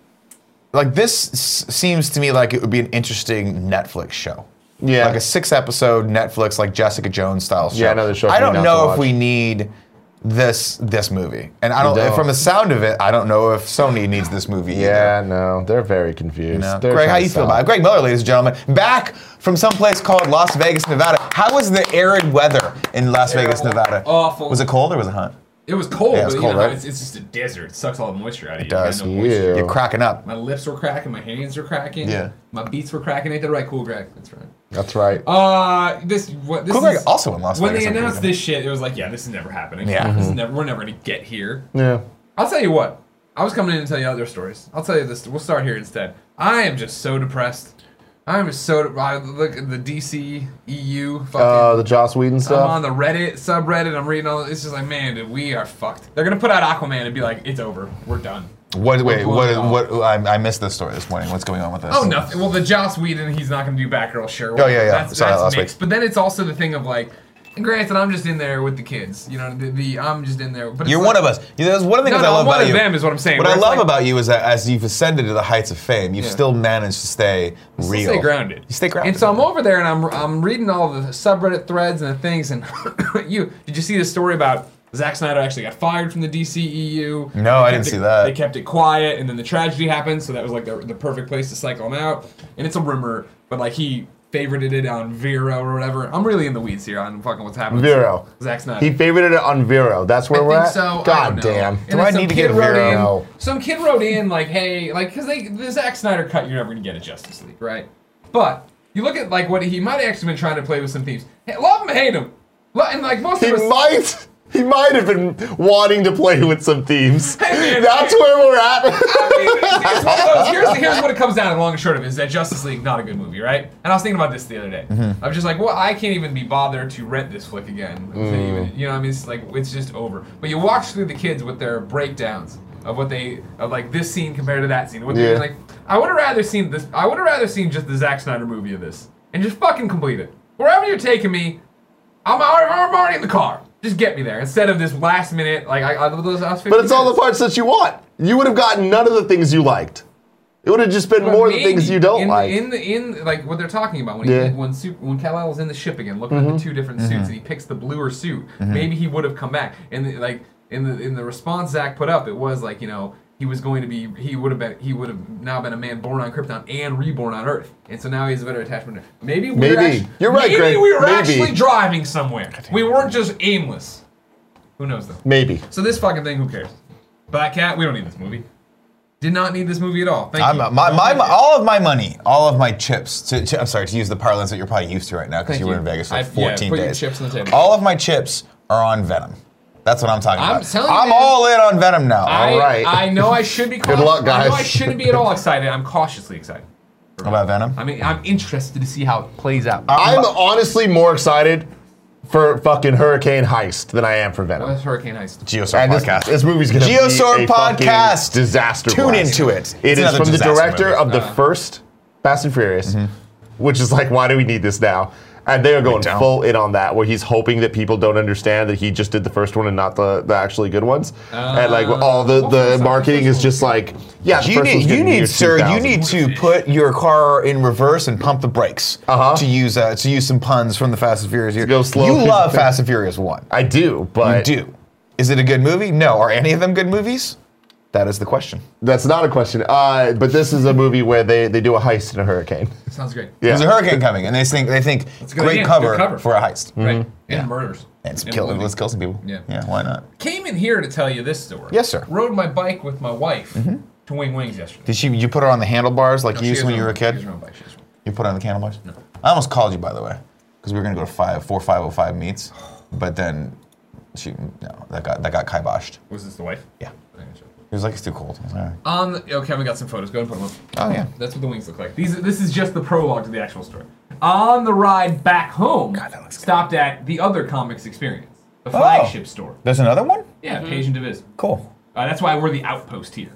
Speaker 1: like this s- seems to me like it would be an interesting Netflix show.
Speaker 2: Yeah.
Speaker 1: Like a six episode Netflix like Jessica Jones style show.
Speaker 2: Yeah, another show
Speaker 1: I
Speaker 2: for me
Speaker 1: don't
Speaker 2: not
Speaker 1: know
Speaker 2: to
Speaker 1: if we
Speaker 2: watch.
Speaker 1: need this this movie. And I don't,
Speaker 2: don't.
Speaker 1: from the sound of it, I don't know if Sony needs this movie
Speaker 2: Yeah, no, they're very confused.
Speaker 1: either.
Speaker 2: They're
Speaker 1: Greg, how
Speaker 2: trying to
Speaker 1: you feel
Speaker 2: sell.
Speaker 1: about it? Greg Miller, ladies and gentlemen, back from some place called Las Vegas, Nevada. How was the arid weather in Las Vegas,
Speaker 4: Terrible.
Speaker 1: Nevada?
Speaker 4: Awful.
Speaker 1: Was it cold or was it hot?
Speaker 4: It was cold,
Speaker 1: Yeah, it's
Speaker 4: but
Speaker 1: cold,
Speaker 4: you know,
Speaker 1: right?
Speaker 4: it's, it's just a desert. It sucks all the moisture out of you. It
Speaker 1: does.
Speaker 4: No moisture.
Speaker 2: Ew.
Speaker 1: You're cracking up.
Speaker 4: My lips were cracking, my hands were cracking.
Speaker 1: Yeah.
Speaker 4: My beats were cracking. Ain't that right, cool, Greg? That's right.
Speaker 2: That's right.
Speaker 4: Uh, this what this
Speaker 1: Cool Greg
Speaker 4: is,
Speaker 1: also in Las
Speaker 4: when
Speaker 1: Vegas,
Speaker 4: they
Speaker 1: I believe,
Speaker 4: announced
Speaker 1: isn't he?
Speaker 4: this shit, it was like, yeah, this is never happening.
Speaker 1: Yeah. Mm-hmm.
Speaker 4: This is never. We're never gonna get here.
Speaker 2: yeah.
Speaker 4: I'll tell you what. I was coming in to tell you other stories. I'll tell you this. We'll start here instead. I am just so depressed. I am just so. De- I look at the DC EU fucking.
Speaker 2: Uh, the Joss Whedon
Speaker 4: I'm
Speaker 2: stuff.
Speaker 4: on the Reddit subreddit. I'm reading all. It's just like, man, dude, we are fucked. They're gonna put out Aquaman and be like, it's over. We're done.
Speaker 1: What? Wait.
Speaker 4: blowing
Speaker 1: What?
Speaker 4: it off.
Speaker 1: What? I, I missed this story this morning. What's going on with this?
Speaker 4: Oh, nothing. Well, the Joss Whedon, he's not gonna do Batgirl. Sure.
Speaker 1: Oh, yeah, yeah.
Speaker 4: That's,
Speaker 1: Saw that
Speaker 4: that's
Speaker 1: last
Speaker 4: mixed. But then it's also the thing of like, and granted, I'm just in there with the kids. You know, the, the I'm just in there. But it's
Speaker 1: You're
Speaker 4: like-
Speaker 1: one of us. You know, there's one of the
Speaker 4: No,
Speaker 1: things I
Speaker 4: no,
Speaker 1: love
Speaker 4: I'm one
Speaker 1: about
Speaker 4: of
Speaker 1: you.
Speaker 4: them is what I'm saying.
Speaker 1: What
Speaker 4: where
Speaker 1: I
Speaker 4: it's
Speaker 1: love
Speaker 4: like-
Speaker 1: about you is that as you've ascended to the heights of fame, you've
Speaker 4: Yeah.
Speaker 1: still managed to stay real.
Speaker 4: Stay grounded.
Speaker 1: You stay grounded.
Speaker 4: And so I'm over there and I'm I'm reading all the subreddit threads and the things. And you did you see the story about Zack Snyder actually got fired from the E DCEU?
Speaker 1: No, I didn't
Speaker 4: They kept it-
Speaker 1: see that.
Speaker 4: They kept it quiet, and then the tragedy happened. So that was like the, the perfect place to cycle him out. And it's a rumor, but like he favorited it on Vero or whatever. I'm really in the weeds here on fucking what's happening.
Speaker 2: Vero.
Speaker 4: Zack Snyder.
Speaker 2: He favorited it on Vero. That's where
Speaker 4: I
Speaker 2: we're
Speaker 4: think
Speaker 2: at.
Speaker 4: so. I
Speaker 2: God
Speaker 4: don't know.
Speaker 2: damn.
Speaker 4: And
Speaker 1: Do
Speaker 4: then
Speaker 1: I
Speaker 4: some
Speaker 1: need to get
Speaker 4: kid
Speaker 1: a
Speaker 4: wrote
Speaker 1: Vero?
Speaker 4: in-
Speaker 2: No.
Speaker 4: Some kid wrote in like, "Hey, like, because they the Zack Snyder cut, you're never gonna get a Justice League, right?" But you look at like what he might have actually been trying to play with some themes. Hey, love him, hate him, Lo- and like most
Speaker 2: He
Speaker 4: of us.
Speaker 2: might. He might have been wanting to play with some themes.
Speaker 4: man.
Speaker 2: That's where we're at.
Speaker 4: I mean, it's one of those- here's, here's what it comes down to, long and short of it, is that Justice League not a good movie, right? And I was thinking about this the other day.
Speaker 2: Mm-hmm.
Speaker 4: I was just like, well, I can't even be bothered to rent this flick
Speaker 2: Mm.
Speaker 4: again. To even- you know, I mean, it's like it's just over. But you watch through the kids with their breakdowns of what they of like this scene compared to that scene. What they-
Speaker 2: Yeah.
Speaker 4: like, I would have rather seen this. I would have rather seen just the Zack Snyder movie of this and just fucking complete it. Wherever you're taking me, I'm already, I'm already in the car. Just get me there instead of this last minute like I, I those last. 50
Speaker 2: But it's all the parts
Speaker 4: minutes.
Speaker 2: that you want. You would have gotten none of the things you liked. It would have just been
Speaker 4: But
Speaker 2: more of the
Speaker 4: maybe
Speaker 2: things you don't
Speaker 4: in,
Speaker 2: like.
Speaker 4: In the in like what they're talking about when
Speaker 2: Yeah. Mm-hmm.
Speaker 4: he, when super, when Kal-El's in the ship again, looking at the two different suits, and he picks the bluer suit. Maybe he would have come back. And the, like in the in the response Zach put up, it was like you know he was going to be he would have been he would have now been a man born on Krypton and reborn on Earth, and so now he has a better attachment. to- Maybe we
Speaker 2: Maybe.
Speaker 4: were actually,
Speaker 2: You're right,
Speaker 4: Maybe
Speaker 2: Greg.
Speaker 4: we were
Speaker 2: Maybe.
Speaker 4: actually driving somewhere. We weren't just aimless. Who knows though?
Speaker 2: Maybe.
Speaker 4: So this fucking thing, who cares? Black Cat, we don't need this movie. Did not need this movie at all. Thank
Speaker 1: I'm,
Speaker 4: you.
Speaker 1: my, my,
Speaker 4: Don't need
Speaker 1: my,
Speaker 4: it.
Speaker 1: all of my money, all of my chips. To, to- I'm sorry to use the parlance that you're probably used to right now because
Speaker 4: Thank
Speaker 1: you were
Speaker 4: you.
Speaker 1: in Vegas for
Speaker 4: I- yeah,
Speaker 1: 14
Speaker 4: put your
Speaker 1: days.
Speaker 4: chips on the table.
Speaker 1: All of my chips are on Venom. That's what I'm talking
Speaker 4: I'm
Speaker 1: about.
Speaker 4: telling you,
Speaker 1: I'm
Speaker 4: man.
Speaker 1: all in on Venom now.
Speaker 4: I,
Speaker 2: All right.
Speaker 4: I know I should be. Cautious.
Speaker 2: luck,
Speaker 4: I know I
Speaker 2: guys.
Speaker 4: shouldn't be at all excited. I'm cautiously excited.
Speaker 1: About Venom?
Speaker 4: I mean, I'm interested to see how it plays out.
Speaker 1: Uh,
Speaker 2: I'm honestly more excited for fucking Hurricane Heist than I am for Venom.
Speaker 4: What's Hurricane Heist?
Speaker 1: Geostorm
Speaker 2: And this,
Speaker 1: podcast.
Speaker 2: this movie's gonna
Speaker 1: Geostorm
Speaker 2: be a fucking
Speaker 1: podcast.
Speaker 2: disaster.
Speaker 1: Tune
Speaker 2: blast.
Speaker 1: into it.
Speaker 2: It
Speaker 1: It's
Speaker 2: is
Speaker 1: another
Speaker 2: from the
Speaker 1: disaster
Speaker 2: director
Speaker 1: movie. Uh-huh. Mm-hmm.
Speaker 2: of the first Fast and Furious, which is like, why do we need this now? And they are going
Speaker 1: don't.
Speaker 2: full in on that, where he's hoping that people don't understand that he just did the first one and not the, the actually good ones. and like
Speaker 1: Uh,
Speaker 2: all the,
Speaker 4: what was
Speaker 2: the
Speaker 4: that?
Speaker 2: marketing is just like, yeah, the
Speaker 1: you
Speaker 2: first one's
Speaker 1: need,
Speaker 2: good
Speaker 1: you
Speaker 2: in the year
Speaker 1: need, sir. You
Speaker 2: 2000.
Speaker 1: need to put your car in reverse and pump the brakes.
Speaker 2: Uh-huh.
Speaker 1: To use uh, to use some puns from the Fast and Furious.
Speaker 2: go slow.
Speaker 1: You love Fast and Furious One.
Speaker 2: I do,
Speaker 1: You
Speaker 2: but
Speaker 1: do. Is it a good movie? No. Are any of them good movies? That is the question.
Speaker 2: that's not a question. Uh, but this is a movie where they, they do a heist in a hurricane.
Speaker 4: Sounds great.
Speaker 2: Yeah.
Speaker 1: There's a hurricane coming, and they think they think
Speaker 4: a good
Speaker 1: great
Speaker 4: idea.
Speaker 1: cover,
Speaker 4: Good cover.
Speaker 1: for a heist.
Speaker 2: Mm.
Speaker 4: Right.
Speaker 1: Mm-hmm. Yeah.
Speaker 4: And murders.
Speaker 1: And it's
Speaker 4: And
Speaker 1: kill,
Speaker 4: looting.
Speaker 1: let's kill some people.
Speaker 4: Yeah.
Speaker 1: yeah, why not?
Speaker 4: Came in here to tell you this story.
Speaker 1: Yes, sir.
Speaker 4: Rode my bike with my wife to Wing Wings yesterday.
Speaker 1: Did she? You put her on the handlebars like you
Speaker 4: She
Speaker 1: used
Speaker 4: has
Speaker 1: when
Speaker 4: her
Speaker 1: you were a
Speaker 4: own- she
Speaker 1: kid?
Speaker 4: has her own bike, she has her own-
Speaker 1: You put her on the handlebars. No. I almost called you by the way, because we were gonna go to five four five oh five meets, but then she no that got that got kiboshed.
Speaker 4: Was this the wife?
Speaker 1: Yeah.
Speaker 4: I think it's her.
Speaker 1: It was like it's too cold. I was like, "All right."
Speaker 4: On the, okay, we got some photos. Go ahead and put them up.
Speaker 1: Oh yeah.
Speaker 4: That's what the wings look like. These, this is just the prologue to the actual story. On the ride back home,
Speaker 1: that looks Oh. good.
Speaker 4: stopped at the other comics experience, the flagship store.
Speaker 1: There's another one.
Speaker 4: Yeah,
Speaker 3: Mm-hmm.
Speaker 4: Page and Divis.
Speaker 1: Cool.
Speaker 4: Uh, that's why we're the outpost here.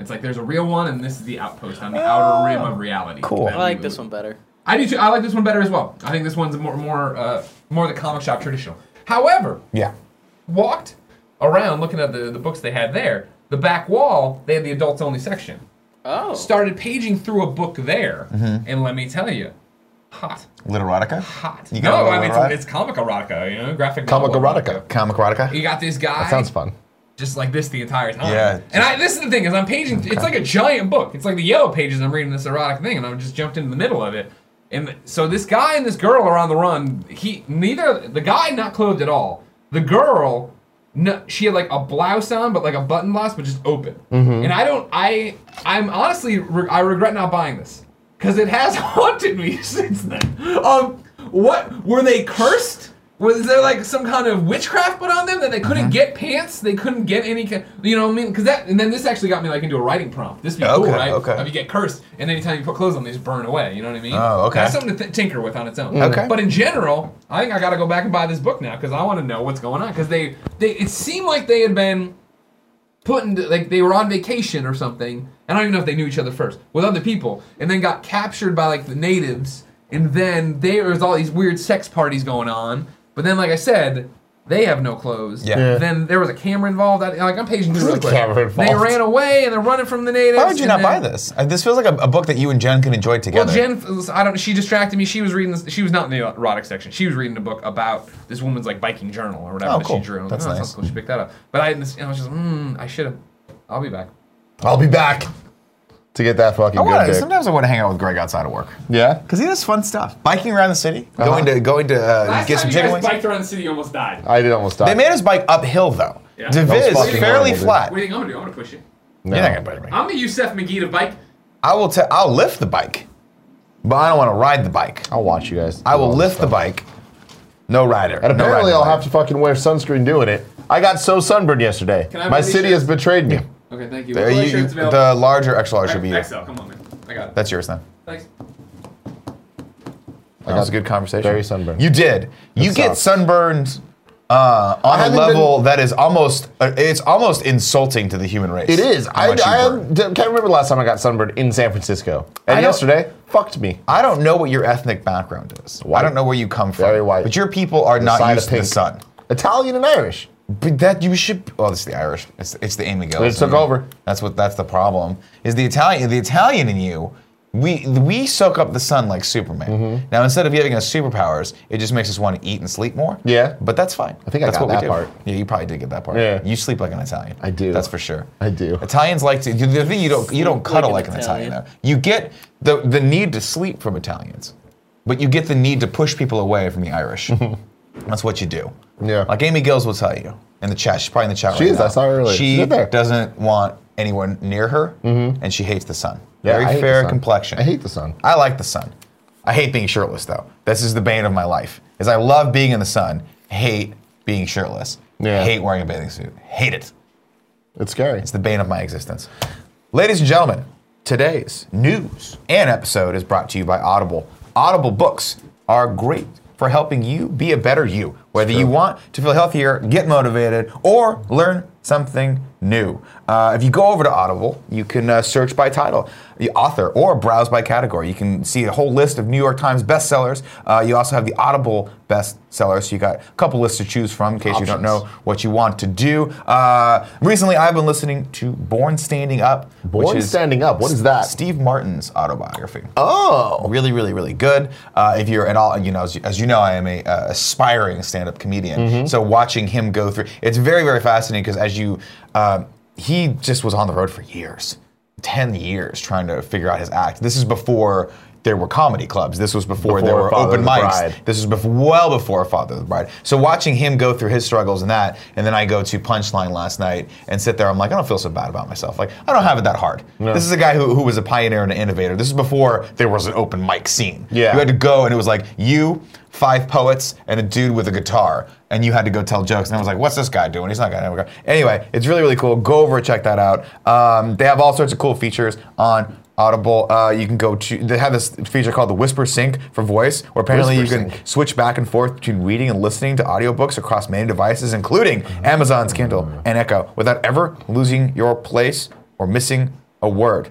Speaker 4: It's like there's a real one, and this is the outpost on the outer rim of reality.
Speaker 1: Oh. cool.
Speaker 4: That
Speaker 1: I I
Speaker 4: we
Speaker 3: I like
Speaker 4: would-
Speaker 3: this one better.
Speaker 4: I do too. I like this one better as well. I think this one's more more uh, more the comic shop traditional. However,
Speaker 1: Yeah.
Speaker 4: walked around looking at the, the books they had there. The back wall, they had the adults only section.
Speaker 3: Oh.
Speaker 4: Started paging through a book there, and let me tell you, hot,
Speaker 1: Little erotica.
Speaker 4: hot.
Speaker 1: You got a
Speaker 4: no,
Speaker 1: little
Speaker 4: I mean
Speaker 1: erotica?
Speaker 4: it's, it's comic erotica, you know, graphic.
Speaker 2: Comic
Speaker 4: novel
Speaker 2: erotica.
Speaker 1: Comic
Speaker 4: You
Speaker 1: erotica.
Speaker 4: got this guy.
Speaker 2: That sounds fun.
Speaker 4: just like this the entire time.
Speaker 1: Yeah.
Speaker 4: And I this is the thing is I'm paging. It's like a giant book. It's like the yellow pages. I'm reading this erotic thing, and I just jumped into the middle of it. And so this guy and this girl are on the run. He neither the guy not clothed at all. The girl, no, she had like a blouse on, but like a button blouse, but just open. And I don't. I I'm honestly re- I regret not buying this because it has haunted me since then. Um, what were they cursed? Was there like some kind of witchcraft put on them that they
Speaker 1: Uh-huh.
Speaker 4: couldn't get pants? They couldn't get any, ki- you know what I mean? Because that, and then this actually got me like into a writing prompt. This would be
Speaker 1: Okay,
Speaker 4: cool, right?
Speaker 1: okay.
Speaker 4: If you get cursed, and anytime you put clothes on, they just burn away. You know what I mean?
Speaker 1: Oh, okay.
Speaker 4: That's something to th- tinker with on its own.
Speaker 1: Okay.
Speaker 4: But in general, I think I got to go back and buy this book now because I want to know what's going on. Because they, they, it seemed like they had been put into like they were on vacation or something. I don't even know if they knew each other first with other people, and then got captured by like the natives, and then there was all these weird sex parties going on. But then, like I said, they have no clothes.
Speaker 1: Yeah. Yeah.
Speaker 4: Then there was a camera involved. I, like I'm paging through.
Speaker 2: There's a
Speaker 4: real quick.
Speaker 2: camera
Speaker 4: They
Speaker 2: involved.
Speaker 4: ran away and they're running from the natives.
Speaker 1: Why would you
Speaker 4: and
Speaker 1: not buy
Speaker 4: then-
Speaker 1: this? Uh, This feels like a, a book that you and Jen can enjoy together.
Speaker 4: well, Jen, I don't. She distracted me. She was reading. This, she was not in the erotic section. She was reading a book about this woman's like Viking journal or whatever
Speaker 1: Oh,
Speaker 4: that
Speaker 1: cool.
Speaker 4: she drew. I was
Speaker 1: That's
Speaker 4: like, oh,
Speaker 1: nice.
Speaker 4: sounds cool. She picked that up. But I, and I was just, mm, I should have. I'll be back.
Speaker 2: I'll be back to get that fucking
Speaker 1: I wanna-
Speaker 2: good dick.
Speaker 1: sometimes I want to hang out with Greg outside of work
Speaker 2: Yeah. Uh-huh.
Speaker 1: because he does fun stuff. Biking around the city, going to going to uh, get some chicken wings.
Speaker 4: around the city, you almost died.
Speaker 2: I did almost die.
Speaker 1: They made us bike uphill though.
Speaker 4: Yeah.
Speaker 1: Divis
Speaker 2: That was fucking
Speaker 1: fairly
Speaker 2: horrible, dude.
Speaker 1: flat.
Speaker 4: do you think I'm gonna do? I'm gonna push it.
Speaker 2: No.
Speaker 1: You're not gonna bite me.
Speaker 4: I'm the Yusef McGee to bike.
Speaker 1: I will. T- I'll lift the bike, but I don't want to ride the bike.
Speaker 2: I'll watch you guys.
Speaker 1: I
Speaker 2: do
Speaker 1: will
Speaker 2: all this
Speaker 1: lift the
Speaker 2: stuff.
Speaker 1: bike. No rider.
Speaker 2: And apparently, I'll have to fucking wear sunscreen doing it. I got so sunburned yesterday.
Speaker 4: Can I have
Speaker 2: My
Speaker 4: one of these
Speaker 2: city
Speaker 4: shirts?
Speaker 2: has betrayed me.
Speaker 4: Okay, thank you.
Speaker 1: There,
Speaker 4: We'll
Speaker 1: you,
Speaker 4: make sure
Speaker 1: you-
Speaker 4: it's available.
Speaker 1: the larger extra large should be you.
Speaker 4: XL, come on, man. I got it.
Speaker 1: That's yours then.
Speaker 4: Thanks.
Speaker 1: That was a good conversation.
Speaker 2: very sunburned.
Speaker 1: You did. you get
Speaker 2: sucks.
Speaker 1: sunburned uh, on a
Speaker 2: haven't
Speaker 1: level that is almost. Uh, it's almost insulting to the human race.
Speaker 2: It is.
Speaker 1: how
Speaker 2: I,
Speaker 1: much you
Speaker 2: I
Speaker 1: burn.
Speaker 2: am- d- can't remember the last time I got sunburned in San Francisco.
Speaker 1: I
Speaker 2: And
Speaker 1: don't-
Speaker 2: yesterday, fucked me.
Speaker 1: I don't know what your ethnic background is.
Speaker 2: White.
Speaker 1: I don't know where you come from.
Speaker 2: Very white.
Speaker 1: But your people are not
Speaker 2: side
Speaker 1: used
Speaker 2: of
Speaker 1: to the
Speaker 2: pink.
Speaker 1: sun.
Speaker 2: Italian and Irish.
Speaker 1: But that you should. Well, it's the Irish. It's, it's the Amy Gillis.
Speaker 2: took
Speaker 1: in you.
Speaker 2: over.
Speaker 1: That's what. That's the problem. Is the Italian. The Italian in you. We we soak up the sun like Superman.
Speaker 2: Mm-hmm.
Speaker 1: Now instead of giving us superpowers, it just makes us want to eat and sleep more.
Speaker 2: Yeah.
Speaker 1: But that's fine. I
Speaker 2: think I
Speaker 1: that's
Speaker 2: got
Speaker 1: what
Speaker 2: that
Speaker 1: we do.
Speaker 2: part.
Speaker 1: Yeah, you probably did get that part.
Speaker 2: Yeah.
Speaker 1: You sleep like an Italian.
Speaker 2: I do.
Speaker 1: That's for sure.
Speaker 2: I do.
Speaker 1: Italians like to. The thing you don't you don't
Speaker 3: Sleep
Speaker 1: cuddle like
Speaker 3: like
Speaker 1: an
Speaker 3: an
Speaker 1: Italian.
Speaker 3: Italian.
Speaker 1: though. You get the the need to sleep from Italians, but you get the need to push people away from the Irish. That's what you do.
Speaker 2: Yeah.
Speaker 1: Like Amy Gills will tell you in the chat. She's probably in the chat
Speaker 2: She
Speaker 1: right
Speaker 2: is,
Speaker 1: now.
Speaker 2: I saw her earlier.
Speaker 1: She
Speaker 2: She's up there. Mm-hmm.
Speaker 1: doesn't want anyone near her, and she hates the sun.
Speaker 2: Yeah, I hate
Speaker 1: Very
Speaker 2: the
Speaker 1: fair
Speaker 2: sun.
Speaker 1: complexion.
Speaker 2: I hate the sun.
Speaker 1: I like the sun. I hate being shirtless though. This is the bane of my life. Is I love being in the sun, hate being shirtless.
Speaker 2: Yeah.
Speaker 1: Hate wearing a bathing suit. Hate it.
Speaker 2: It's scary.
Speaker 1: It's the bane of my existence. Ladies and gentlemen, today's news and episode is brought to you by Audible. Audible books are great for helping you be a better you, whether you want to feel healthier, get motivated, or learn something new. Uh, if you go over to Audible, you can uh, search by title, the author, or browse by category. You can see a whole list of New York Times bestsellers. Uh, you also have the Audible bestsellers, so you got a couple lists to choose from in case you don't
Speaker 2: Options.
Speaker 1: know what you want to do. Uh, recently, I've been listening to Born Standing Up.
Speaker 2: Born Standing Up, what is that?
Speaker 1: Steve Martin's autobiography. Oh, really, really, really good. Uh, if you're at all, you know, as you, as you know, I am a uh, aspiring stand-up comedian.
Speaker 2: Mm-hmm.
Speaker 1: So watching him go through, it's very, very fascinating because as you, um he just was on the road for years, ten years trying to figure out his act. This is before. There were comedy clubs. This was before, there
Speaker 2: Before
Speaker 1: were
Speaker 2: Father
Speaker 1: open
Speaker 2: of the
Speaker 1: mics.
Speaker 2: Bride.
Speaker 1: This is bef- well before Father of the Bride. So watching him go through his struggles and that, and then I go to Punchline last night and sit there. I'm like, I don't feel so bad about myself. Like I don't have it that hard. This is a guy who, who was a pioneer and an innovator. This is before there was an open mic scene.
Speaker 2: Yeah.
Speaker 1: you had to go, and it was like you, five poets, and a dude with a guitar, and you had to go tell jokes. And I was like, what's this guy doing? He's not gonna. Anyway, it's really really cool. Go over and check that out. Um, they have all sorts of cool features on. Audible. Uh, you can go to. They have this feature called the Whisper Sync for voice, where apparently
Speaker 2: Whisper
Speaker 1: you can
Speaker 2: Sync.
Speaker 1: switch back and forth between reading and listening to audiobooks across many devices, including Amazon's Kindle and Echo, without ever losing your place or missing a word.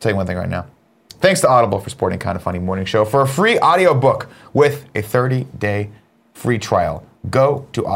Speaker 1: tell you one thing right now. Thanks to Audible for supporting Kind of Funny Morning Show for a free audiobook with a 30-day free trial. Go to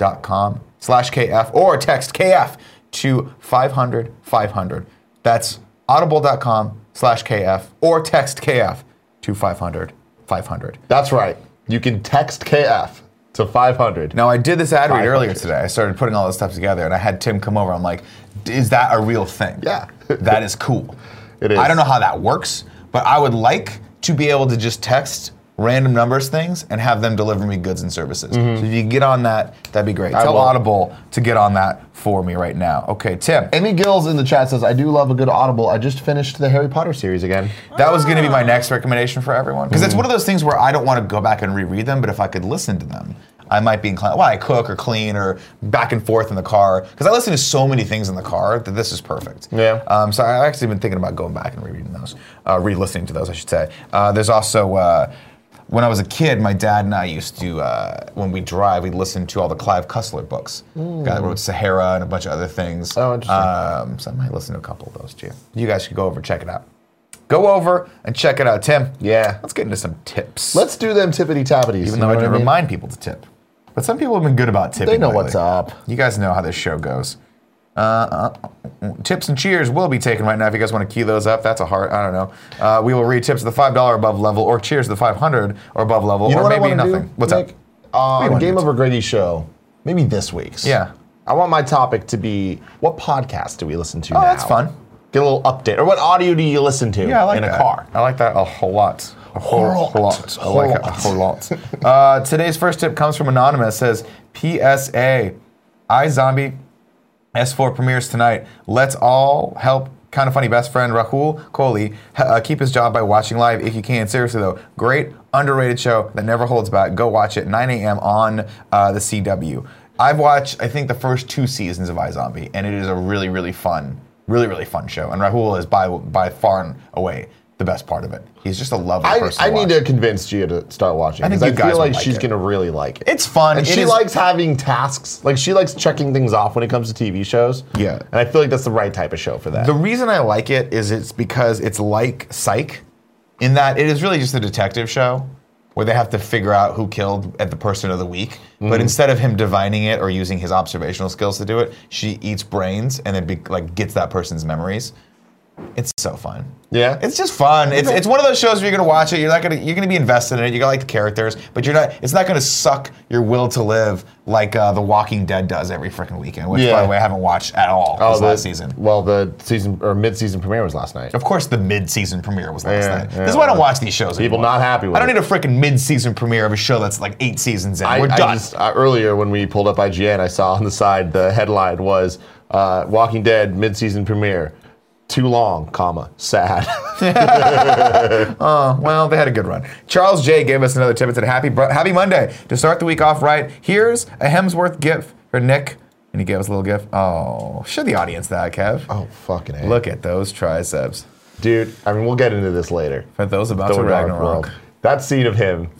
Speaker 1: audible.com slash KF or text KF to 500 500. That's audible.com slash KF or text KF to 500 500.
Speaker 2: That's right. You can text KF to 500.
Speaker 1: Now I did this ad read
Speaker 2: Five
Speaker 1: earlier
Speaker 2: pictures.
Speaker 1: today. I started putting all this stuff together, and I had Tim come over. I'm like, "D- "Is that a real thing?
Speaker 2: Yeah.
Speaker 1: that is cool.
Speaker 2: It is.
Speaker 1: I don't know how that works, but I would like to be able to just text random numbers things and have them deliver me goods and services. So if you get on that, that'd be great. Tell
Speaker 2: Mm-hmm. will.
Speaker 1: Audible to get on that for me right now. Okay, Tim.
Speaker 2: Amy Gills in the chat says, I do love a good audible. I just finished the Harry Potter series again.
Speaker 1: That was going to be my next recommendation for everyone because it's one of those things where I don't want to go back and reread them, but if I could listen to them, I might be inclined. Well, I cook or clean or back and forth in the car because I listen to so many things in the car that this is perfect.
Speaker 2: Yeah.
Speaker 1: Um, so I've actually been thinking about going back and rereading those, uh, re-listening to those, I should say. Uh, there's also. Uh, when I was a kid, my dad and I used to, uh, when we drive, we'd listen to all the Clive Cussler books. Guy that wrote Sahara and a bunch of other things.
Speaker 2: Mm. Oh, interesting.
Speaker 1: Um, so I might listen to a couple of those too. You guys should go over and check it out go over and check it out, Tim.
Speaker 2: Yeah.
Speaker 1: Let's get into some tips.
Speaker 2: Let's do them tippity tappities.
Speaker 1: Even though I don't remind people to tip, but some people have been good about tipping.
Speaker 2: They know
Speaker 1: lately.
Speaker 2: what's up.
Speaker 1: You guys know how this show goes. Uh, uh, tips and cheers will be taken right now. If you guys want to cue those up, that's a hard. I don't know. Uh, we will read tips at the five dollar above level, or cheers to the five hundred or above level,
Speaker 2: You know
Speaker 1: or
Speaker 2: what I
Speaker 1: maybe
Speaker 2: wanna
Speaker 1: nothing.
Speaker 2: Do?
Speaker 1: What's up?
Speaker 2: Nick? Uh,
Speaker 1: wanna
Speaker 2: Game
Speaker 1: do?
Speaker 2: Over Grady's show, maybe this week's.
Speaker 1: Yeah.
Speaker 2: I want my topic to be what podcast do we listen to
Speaker 1: Oh,
Speaker 2: now?
Speaker 1: that's fun.
Speaker 2: Get a little update. Or what audio do you listen to
Speaker 1: Yeah, I like
Speaker 2: in
Speaker 1: that.
Speaker 2: a car?
Speaker 1: I like that a whole lot. A whole,
Speaker 2: Whole lot.
Speaker 1: I like it a whole lot. uh, today's first tip comes from Anonymous. Says PSA, iZombie S4 premieres tonight. Let's all help kind of funny best friend Rahul Kohli h- uh, keep his job by watching live if you can. Seriously though, great underrated show that never holds back. Go watch it 9 a.m. on uh, the CW. I've watched I think the first two seasons of iZombie, and it is a really really fun, really really fun show. And Rahul is by by far and away the best part of it. He's just a lovely
Speaker 2: I,
Speaker 1: person.
Speaker 2: I
Speaker 1: watch.
Speaker 2: need to convince Gia to start watching
Speaker 1: I think
Speaker 2: because I,
Speaker 1: you guys
Speaker 2: feel
Speaker 1: would
Speaker 2: like
Speaker 1: like
Speaker 2: she's
Speaker 1: it.
Speaker 2: going to really like it.
Speaker 1: It's fun.
Speaker 2: And
Speaker 1: It
Speaker 2: she
Speaker 1: is-
Speaker 2: likes having tasks. Like, she likes checking things off when it comes to TV shows.
Speaker 1: Yeah.
Speaker 2: And I feel like that's the right type of show for that.
Speaker 1: The reason I like it is it's because it's like Psych, in that it is really just a detective show where they have to figure out who killed at the person of the week.
Speaker 2: Mm-hmm.
Speaker 1: But instead of him divining it or using his observational skills to do it, she eats brains and then be, like gets that person's memories. It's so fun.
Speaker 2: Yeah?
Speaker 1: it's just fun. It's, it's one of those shows where you're gonna watch it. You're not gonna you're gonna be invested in it. You're gonna like the characters, but you're not. It's not gonna suck your will to live like uh, The Walking Dead does every freaking weekend. Which, by
Speaker 2: Yeah.
Speaker 1: the way, I haven't watched at all
Speaker 2: Oh,
Speaker 1: this
Speaker 2: the-
Speaker 1: last season.
Speaker 2: Well, the season or mid-season premiere was last night.
Speaker 1: Of course, the mid-season premiere was last
Speaker 2: Yeah,
Speaker 1: night.
Speaker 2: yeah,
Speaker 1: this is why I don't
Speaker 2: well,
Speaker 1: watch these shows.
Speaker 2: people
Speaker 1: anymore.
Speaker 2: not happy with
Speaker 1: I don't
Speaker 2: it.
Speaker 1: need a freaking mid-season premiere of a show that's like eight seasons in.
Speaker 2: I,
Speaker 1: We're
Speaker 2: I
Speaker 1: done.
Speaker 2: just- uh, earlier when we pulled up IGN, I saw on the side the headline was Uh, Walking Dead mid-season premiere. Too long, comma sad.
Speaker 1: Well, they had a good run. Charles J gave us another tip and said, "Happy br- Happy Monday to start the week off right. Here's a Hemsworth gift for Nick." And he gave us a little gift. Oh, show the audience that, Kev.
Speaker 2: oh fucking a.
Speaker 1: Look at those triceps.
Speaker 2: dude. I mean, we'll get into this later.
Speaker 1: For those about
Speaker 2: Thor
Speaker 1: to
Speaker 2: Ragnarok.
Speaker 1: Ragnarok.
Speaker 2: That scene of him,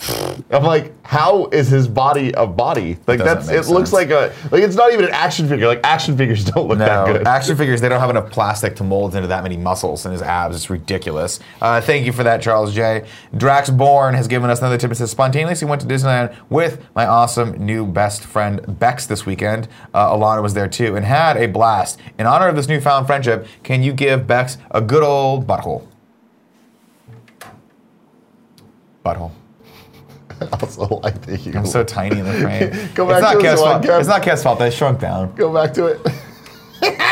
Speaker 2: I'm like, how is his body a body? Like
Speaker 1: Doesn't
Speaker 2: that's it
Speaker 1: make
Speaker 2: looks
Speaker 1: sense.
Speaker 2: like a like it's not even an action figure. Like action figures don't look that
Speaker 1: No,
Speaker 2: good.
Speaker 1: action figures, they don't have enough plastic to mold into that many muscles in his abs. It's ridiculous. Uh, thank you for that, Charles J. Drax Bourne has given us another tip. It says, spontaneously went to Disneyland with my awesome new best friend, Bex, this weekend. Uh, Alana was there too and had a blast. In honor of this newfound friendship, can you give Bex a good old butthole? Butthole.
Speaker 2: also, I think you
Speaker 1: I'm so tiny in the frame.
Speaker 2: Go
Speaker 1: it's not
Speaker 2: back to this
Speaker 1: Kev's
Speaker 2: one,
Speaker 1: fault.
Speaker 2: Kev.
Speaker 1: It's not Kev's fault. I shrunk down.
Speaker 2: go back to it.
Speaker 1: Can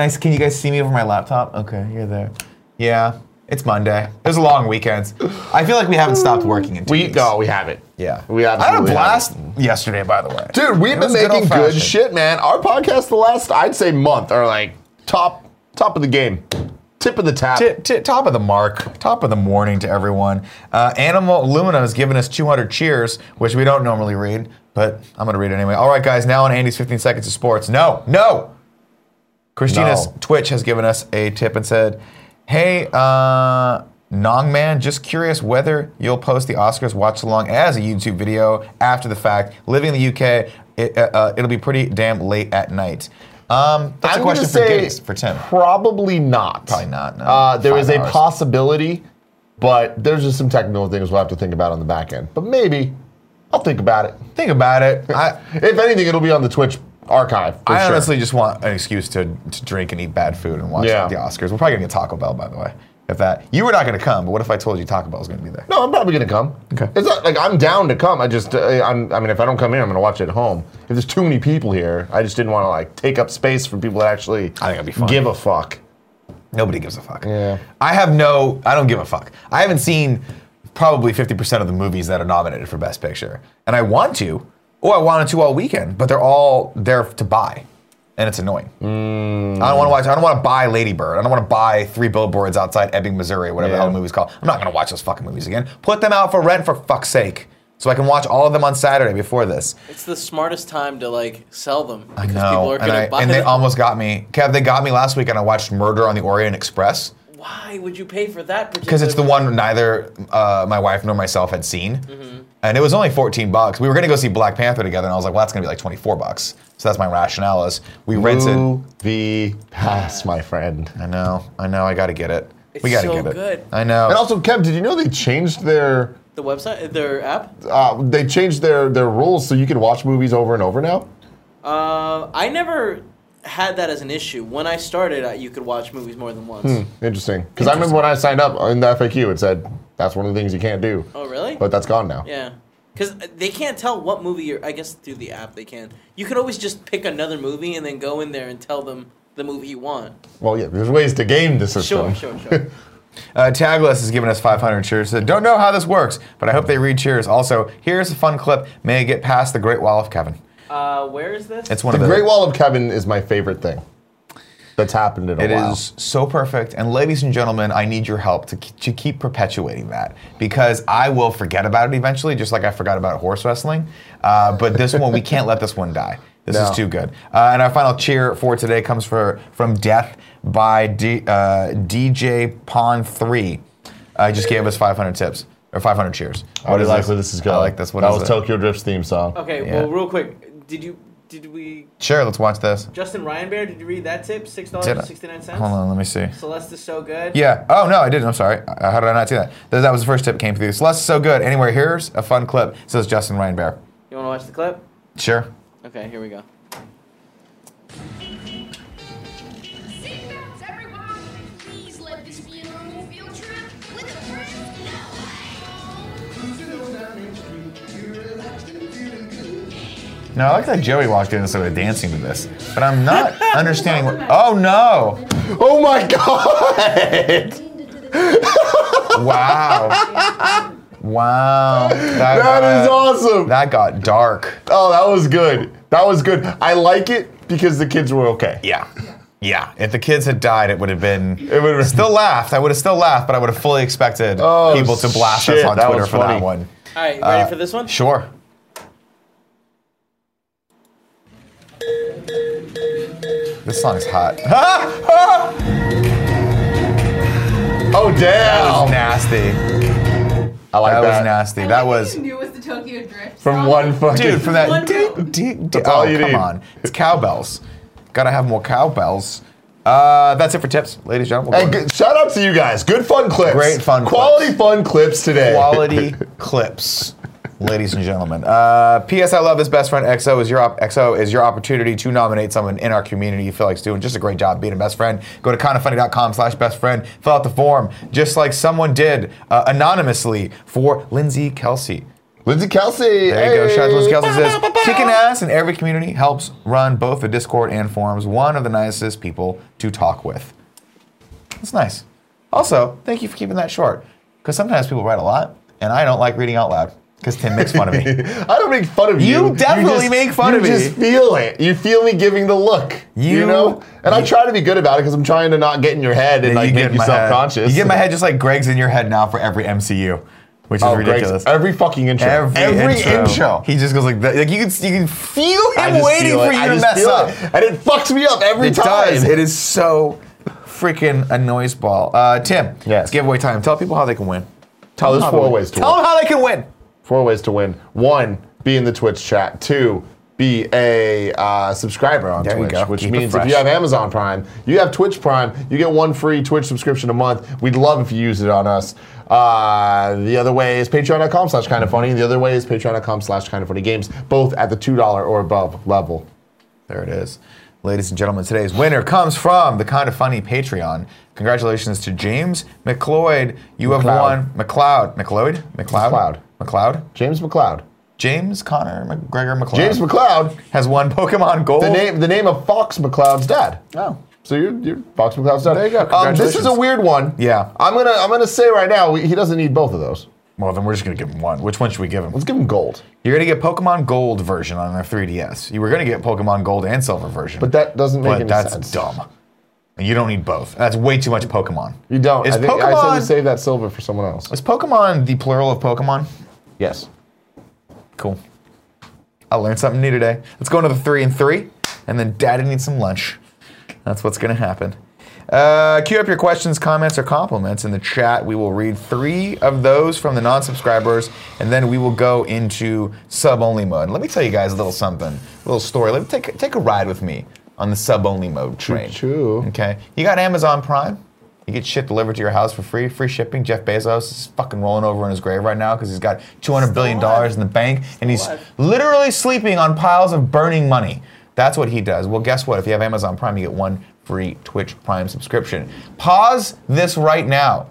Speaker 1: I? Can you guys see me over my laptop? Okay, you're there. Yeah, it's Monday. It was a long weekend. I feel like we haven't stopped working in two
Speaker 2: We
Speaker 1: weeks.
Speaker 2: no, we haven't.
Speaker 1: Yeah,
Speaker 2: we
Speaker 1: I had a
Speaker 2: absolutely
Speaker 1: blast yesterday, by the way.
Speaker 2: Dude, we've
Speaker 1: It
Speaker 2: been
Speaker 1: was good
Speaker 2: making good
Speaker 1: old-fashioned.
Speaker 2: shit, man. Our podcast the last I'd say month are like top top of the game, tip of the tap.
Speaker 1: T- t- top of the mark, top of the morning to everyone. Uh, Animal Aluminum has given us 200 cheers, which we don't normally read, but I'm going to read it anyway. All right, guys, now on Andy's 15 Seconds of Sports. No, no! Christina's
Speaker 2: No.
Speaker 1: Twitch has given us a tip and said, Hey, uh, Nong Man, just curious whether you'll post the Oscars watch along as a YouTube video after the fact. Living in the UK, it, uh, uh, it'll be pretty damn late at night. Um, that's
Speaker 2: I'm
Speaker 1: a question for
Speaker 2: gonna say
Speaker 1: Gates, for Tim.
Speaker 2: Probably not.
Speaker 1: Probably not, no.
Speaker 2: Uh, there
Speaker 1: Five
Speaker 2: is a
Speaker 1: hours.
Speaker 2: possibility, but there's just some technical things we'll have to think about on the back end. But maybe I'll think about it.
Speaker 1: Think about it. I,
Speaker 2: If anything, it'll be on the Twitch archive. For
Speaker 1: I
Speaker 2: sure.
Speaker 1: honestly just want an excuse to, to drink and eat bad food and watch
Speaker 2: Yeah.
Speaker 1: the Oscars. We're probably gonna get Taco Bell, by the way. If that you were not gonna come, but what if I told you Taco Bell was gonna be there?
Speaker 2: No, I'm probably gonna come.
Speaker 1: Okay.
Speaker 2: It's not like I'm down to come. I just, uh, I'm, I mean, if I don't come here, I'm gonna watch it at home. If there's too many people here, I just didn't want to like take up space for people that actually
Speaker 1: I think it'd be fun.
Speaker 2: give a fuck.
Speaker 1: Nobody gives a fuck.
Speaker 2: Yeah.
Speaker 1: I have no. I don't give a fuck. I haven't seen probably 50% of the movies that are nominated for Best Picture, and I want to, or I wanted to all weekend, but they're all there to buy, and it's annoying.
Speaker 3: Mm.
Speaker 1: I don't want to watch. I don't want to buy Lady Bird. I don't want to buy Three Billboards Outside Ebbing, Missouri, whatever the
Speaker 2: Yeah.
Speaker 1: hell the movie's called. I'm not going to watch those fucking movies again. Put them out for rent for fuck's sake, so I can watch all of them on Saturday before this.
Speaker 3: It's the smartest time to like sell them because
Speaker 1: No,
Speaker 3: people are
Speaker 1: and,
Speaker 3: gonna
Speaker 1: I,
Speaker 3: buy
Speaker 1: and they
Speaker 3: them.
Speaker 1: almost got me. Kev, they got me last week, and I watched Murder on the Orient Express.
Speaker 3: Why would you pay for that?
Speaker 1: because it's the one neither uh, my wife nor myself had seen,
Speaker 3: Mm-hmm.
Speaker 1: and it was only 14 bucks. We were gonna go see Black Panther together, and I was like, "Well, that's gonna be like 24 bucks." So that's my rationale is we rented.
Speaker 2: Movie pass, my friend.
Speaker 1: I know, I know, I gotta get it. we
Speaker 3: It's
Speaker 1: gotta
Speaker 3: so
Speaker 1: get it.
Speaker 3: good.
Speaker 1: I know.
Speaker 2: And also, Kev, did you know they changed their
Speaker 3: The website, their app.
Speaker 2: uh, they changed their their rules so you can watch movies over and over now?
Speaker 3: Uh, I never had that as an issue. When I started, I, you could watch movies more than once.
Speaker 1: Hmm.
Speaker 2: Interesting. Because I remember when I signed up in the FAQ, it said that's one of the things you can't do.
Speaker 3: Oh, really?
Speaker 2: But that's gone now.
Speaker 3: yeah. Because they can't tell what movie you're. I guess through the app they can. You could always just pick another movie and then go in there and tell them the movie you want.
Speaker 2: Well, yeah, there's ways to game the system.
Speaker 3: Sure, sure, sure.
Speaker 1: Uh, Tagless has given us 500 cheers. Said, Don't know how this works, but I hope they read cheers. Also, here's a fun clip. May it get past the Great Wall of Kevin.
Speaker 3: uh, where is this?
Speaker 1: It's one
Speaker 2: The
Speaker 1: of the
Speaker 2: Great Wall of Kevin is my favorite thing that's happened in a
Speaker 1: It is
Speaker 2: while.
Speaker 1: so perfect. And ladies and gentlemen, I need your help to, k- to keep perpetuating that because I will forget about it eventually, just like I forgot about horse wrestling. Uh, but this one, we can't let this one die. This
Speaker 2: No.
Speaker 1: is too good. Uh, and our final cheer for today comes for, from Death by D, uh, DJ Pon 3. Uh, he just gave us 500 tips or 500 cheers.
Speaker 2: I
Speaker 1: What is
Speaker 2: like where this is going.
Speaker 1: I like this. What
Speaker 2: that
Speaker 1: is
Speaker 2: was
Speaker 1: it?
Speaker 2: Tokyo Drift's theme song.
Speaker 3: okay.
Speaker 1: yeah.
Speaker 3: Well, real quick, did you did we
Speaker 1: Sure, let's watch this.
Speaker 3: Justin Ryan Bear? Did you read that tip? Six dollars
Speaker 1: Did I-
Speaker 3: and sixty nine cents.
Speaker 1: Hold on, let me see.
Speaker 3: Celeste is so good.
Speaker 1: Yeah. Oh no, I didn't. I'm sorry. Uh, How did I not see that? Th- That was the first tip that came through. Celeste is so good. Anyway, here's a fun clip. Says Justin Ryan Bear.
Speaker 3: You want to watch the clip?
Speaker 1: Sure.
Speaker 3: Okay, here we go.
Speaker 5: Seatbelts, everyone! Please let this be a normal field trip with a friend. No way!
Speaker 1: Now I like that Joey walked in and started dancing to this, but I'm not understanding what. Oh no!
Speaker 2: Oh my god!
Speaker 1: Wow. Wow. That,
Speaker 2: that
Speaker 1: got-
Speaker 2: is awesome.
Speaker 1: That got dark.
Speaker 2: Oh, that was good. That was good. I like it because the kids were okay.
Speaker 1: Yeah. Yeah. If the kids had died, it would have been.
Speaker 2: It would have-
Speaker 1: still laughed. I would have still laughed, but I would have fully expected
Speaker 2: Oh,
Speaker 1: people to blast
Speaker 2: shit,
Speaker 1: us on
Speaker 2: that
Speaker 1: Twitter
Speaker 2: was
Speaker 1: for
Speaker 2: funny.
Speaker 1: that one.
Speaker 3: All right, ready for this one?
Speaker 1: Uh, Sure. This song's hot.
Speaker 2: Oh damn!
Speaker 1: That was nasty.
Speaker 2: I like
Speaker 1: That
Speaker 2: that.
Speaker 1: was nasty. That was.
Speaker 6: You knew it was the Tokyo Drift.
Speaker 2: From
Speaker 6: song.
Speaker 2: one fucking
Speaker 1: Dude, from that.
Speaker 3: One
Speaker 1: Ding,
Speaker 3: note.
Speaker 1: ding, ding.
Speaker 2: That's all
Speaker 1: Oh,
Speaker 2: you
Speaker 1: come
Speaker 2: need.
Speaker 1: on. It's cowbells. Gotta have more cowbells. Uh, that's it for tips, ladies and
Speaker 2: And
Speaker 1: gentlemen.
Speaker 2: good, shout out to you guys. Good fun clips.
Speaker 1: Great fun
Speaker 2: Quality fun clips today.
Speaker 1: quality clips. Ladies and gentlemen, uh, PS I love his best friend XO is your op- XO is your opportunity to nominate someone in our community you feel like's doing just a great job being a best friend. Go to kindoffunny.com slash best friend, fill out the form just like someone did uh, anonymously for Lindsay Kelsey.
Speaker 2: Lindsay Kelsey.
Speaker 1: There you go. Shout out to Liz Kelsey
Speaker 2: Bow,
Speaker 1: says,
Speaker 2: bow, bow, bow.
Speaker 1: kicking ass in every community helps run both the Discord and forums. One of the nicest people to talk with. That's nice. Also, thank you for keeping that short because sometimes people write a lot and I don't like reading out loud because Tim makes fun of me.
Speaker 2: I don't make fun of you.
Speaker 1: You definitely
Speaker 2: just-
Speaker 1: make fun
Speaker 2: you
Speaker 1: of me.
Speaker 2: just feel it. You feel me giving the look. You,
Speaker 1: You-
Speaker 2: know? And I try to be good about it because I'm trying to not get in your head and
Speaker 1: get
Speaker 2: like make
Speaker 1: in
Speaker 2: you
Speaker 1: my head.
Speaker 2: self-conscious.
Speaker 1: You get in my head just like Greg's in your head now for every MCU, which is
Speaker 2: Oh, Greg's-
Speaker 1: ridiculous.
Speaker 2: Every fucking intro.
Speaker 1: Every, intro,
Speaker 2: intro.
Speaker 1: he just goes like that. Like you can, you can feel
Speaker 2: I
Speaker 1: him
Speaker 2: just
Speaker 1: waiting
Speaker 2: feel
Speaker 1: for
Speaker 2: it.
Speaker 1: you
Speaker 2: I
Speaker 1: to
Speaker 2: just
Speaker 1: mess
Speaker 2: feel
Speaker 1: up.
Speaker 2: it. And it fucks me up every
Speaker 1: It
Speaker 2: time.
Speaker 1: does. It is so freaking a noise ball. Uh, Tim,
Speaker 2: Yes.
Speaker 1: it's giveaway time. Tell people how they can win.
Speaker 2: Tell there's
Speaker 1: How
Speaker 2: four
Speaker 1: they-
Speaker 2: ways to
Speaker 1: Tell
Speaker 2: win.
Speaker 1: them how they can win.
Speaker 2: Four ways to win. One, be in the Twitch chat. Two, be a uh, subscriber on
Speaker 1: There you
Speaker 2: Twitch,
Speaker 1: go.
Speaker 2: which
Speaker 1: Keep it
Speaker 2: means if
Speaker 1: fresh.
Speaker 2: you have Amazon Prime, you have Twitch Prime, you get one free Twitch subscription a month. We'd love if you use it on us. Uh, the other way is patreon.com slash kind of funny. The other way is patreon.com slash kind of funny games, both at the $2 or above level.
Speaker 1: There it is. Ladies and gentlemen, today's winner comes from the Kind of Funny Patreon. Congratulations to James McLeod. You
Speaker 2: McLeod.
Speaker 1: have won McLeod. McLeod? McLeod?
Speaker 2: McLeod.
Speaker 1: McLeod?
Speaker 2: James McLeod.
Speaker 1: James Connor McGregor McLeod.
Speaker 2: James McLeod,
Speaker 1: has won Pokemon Gold.
Speaker 2: the name the name of Fox McLeod's dad.
Speaker 1: Oh.
Speaker 2: So you're, you're Fox McLeod's dad.
Speaker 1: There you go.
Speaker 2: Um, this is a
Speaker 1: Congratulations.
Speaker 2: weird one.
Speaker 1: Yeah.
Speaker 2: I'm gonna I'm gonna say right now we, he doesn't need both of those.
Speaker 1: Well, then we're just going to give him one. Which one should we give him?
Speaker 2: Let's give him gold.
Speaker 1: You're going to get Pokemon Gold version on the 3DS. You were going to get Pokemon Gold and Silver version.
Speaker 2: But that doesn't make
Speaker 1: But
Speaker 2: any
Speaker 1: that's
Speaker 2: sense.
Speaker 1: dumb. And you don't need both. That's way too much Pokemon.
Speaker 2: You don't.
Speaker 1: Is
Speaker 2: I, think, I said
Speaker 1: Pokemon
Speaker 2: we save that silver for someone else.
Speaker 1: is Pokemon the plural of Pokemon?
Speaker 2: Yes.
Speaker 1: Cool. I learned something new today. Let's go into the three and three, and then Daddy needs some lunch. That's what's gonna happen. Uh, queue up your questions, comments, or compliments in the chat. We will read three of those from the non-subscribers, and then we will go into sub-only mode. Let me tell you guys a little something, a little story. Let me take take a ride with me on the sub-only mode train.
Speaker 2: Choo-choo.
Speaker 1: Okay. You got Amazon Prime. You get shit delivered to your house for free, free shipping. Jeff Bezos is fucking rolling over in his grave right now because he's got two hundred billion dollars in the bank, and he's
Speaker 3: alive.
Speaker 1: literally sleeping on piles of burning money. That's what he does. Well, guess what? If you have Amazon Prime, you get one free Twitch Prime subscription. Pause this right now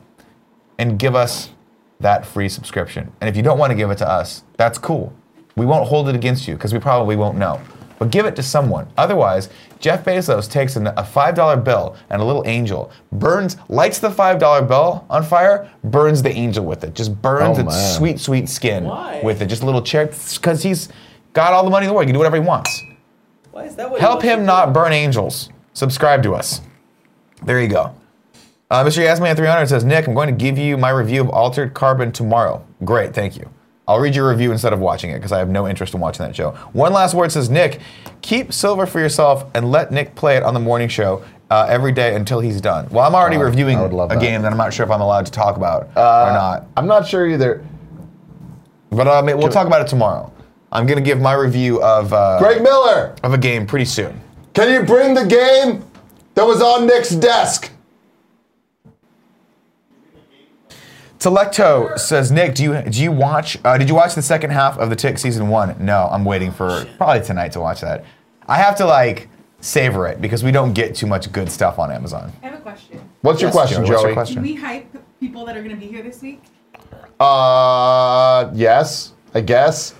Speaker 1: and give us that free subscription. And if you don't want to give it to us, that's cool. We won't hold it against you because we probably won't know. But give it to someone. Otherwise, Jeff Bezos takes an- a $5 bill and a little angel, burns, lights the $5 bill on fire, burns the angel with it. Just burns
Speaker 2: Oh,
Speaker 1: its
Speaker 2: man.
Speaker 1: sweet, sweet skin
Speaker 3: Why?
Speaker 1: with it. Just a little cherry, because he's got all the money in the world. He can do whatever he wants.
Speaker 3: Why is that what he
Speaker 1: Help
Speaker 3: wants to
Speaker 1: him
Speaker 3: do?
Speaker 1: not burn angels. Subscribe to us. There you go. Uh, Mr. Yasman300 says, Nick, I'm going to give you my review of Altered Carbon tomorrow. Great, thank you. I'll read your review instead of watching it because I have no interest in watching that show. One last word says, Nick, keep Silver for yourself and let Nick play it on the morning show uh, every day until he's done. Well, I'm already
Speaker 2: Wow,
Speaker 1: reviewing
Speaker 2: Uh, I would love
Speaker 1: a
Speaker 2: that. Uh,
Speaker 1: game that I'm not sure if I'm allowed to talk about or not.
Speaker 2: I'm not sure either.
Speaker 1: But I mean, we'll talk about it tomorrow. I'm going to give my review of, uh,
Speaker 2: Greg Miller,
Speaker 1: of a game pretty soon.
Speaker 2: can you bring the game that was on Nick's desk?
Speaker 1: Telecto says, Nick, do you do you watch? Uh, did you watch the second half of the Tick season one? No, I'm waiting for probably tonight to watch that. I have to like savor it because we don't get too much good stuff on Amazon.
Speaker 6: I have a question.
Speaker 2: What's your
Speaker 1: Yes, Joey,
Speaker 2: question, Joey?
Speaker 1: what's your question?
Speaker 6: Do we hype people that are going to be here this week?
Speaker 2: Uh, yes, I guess.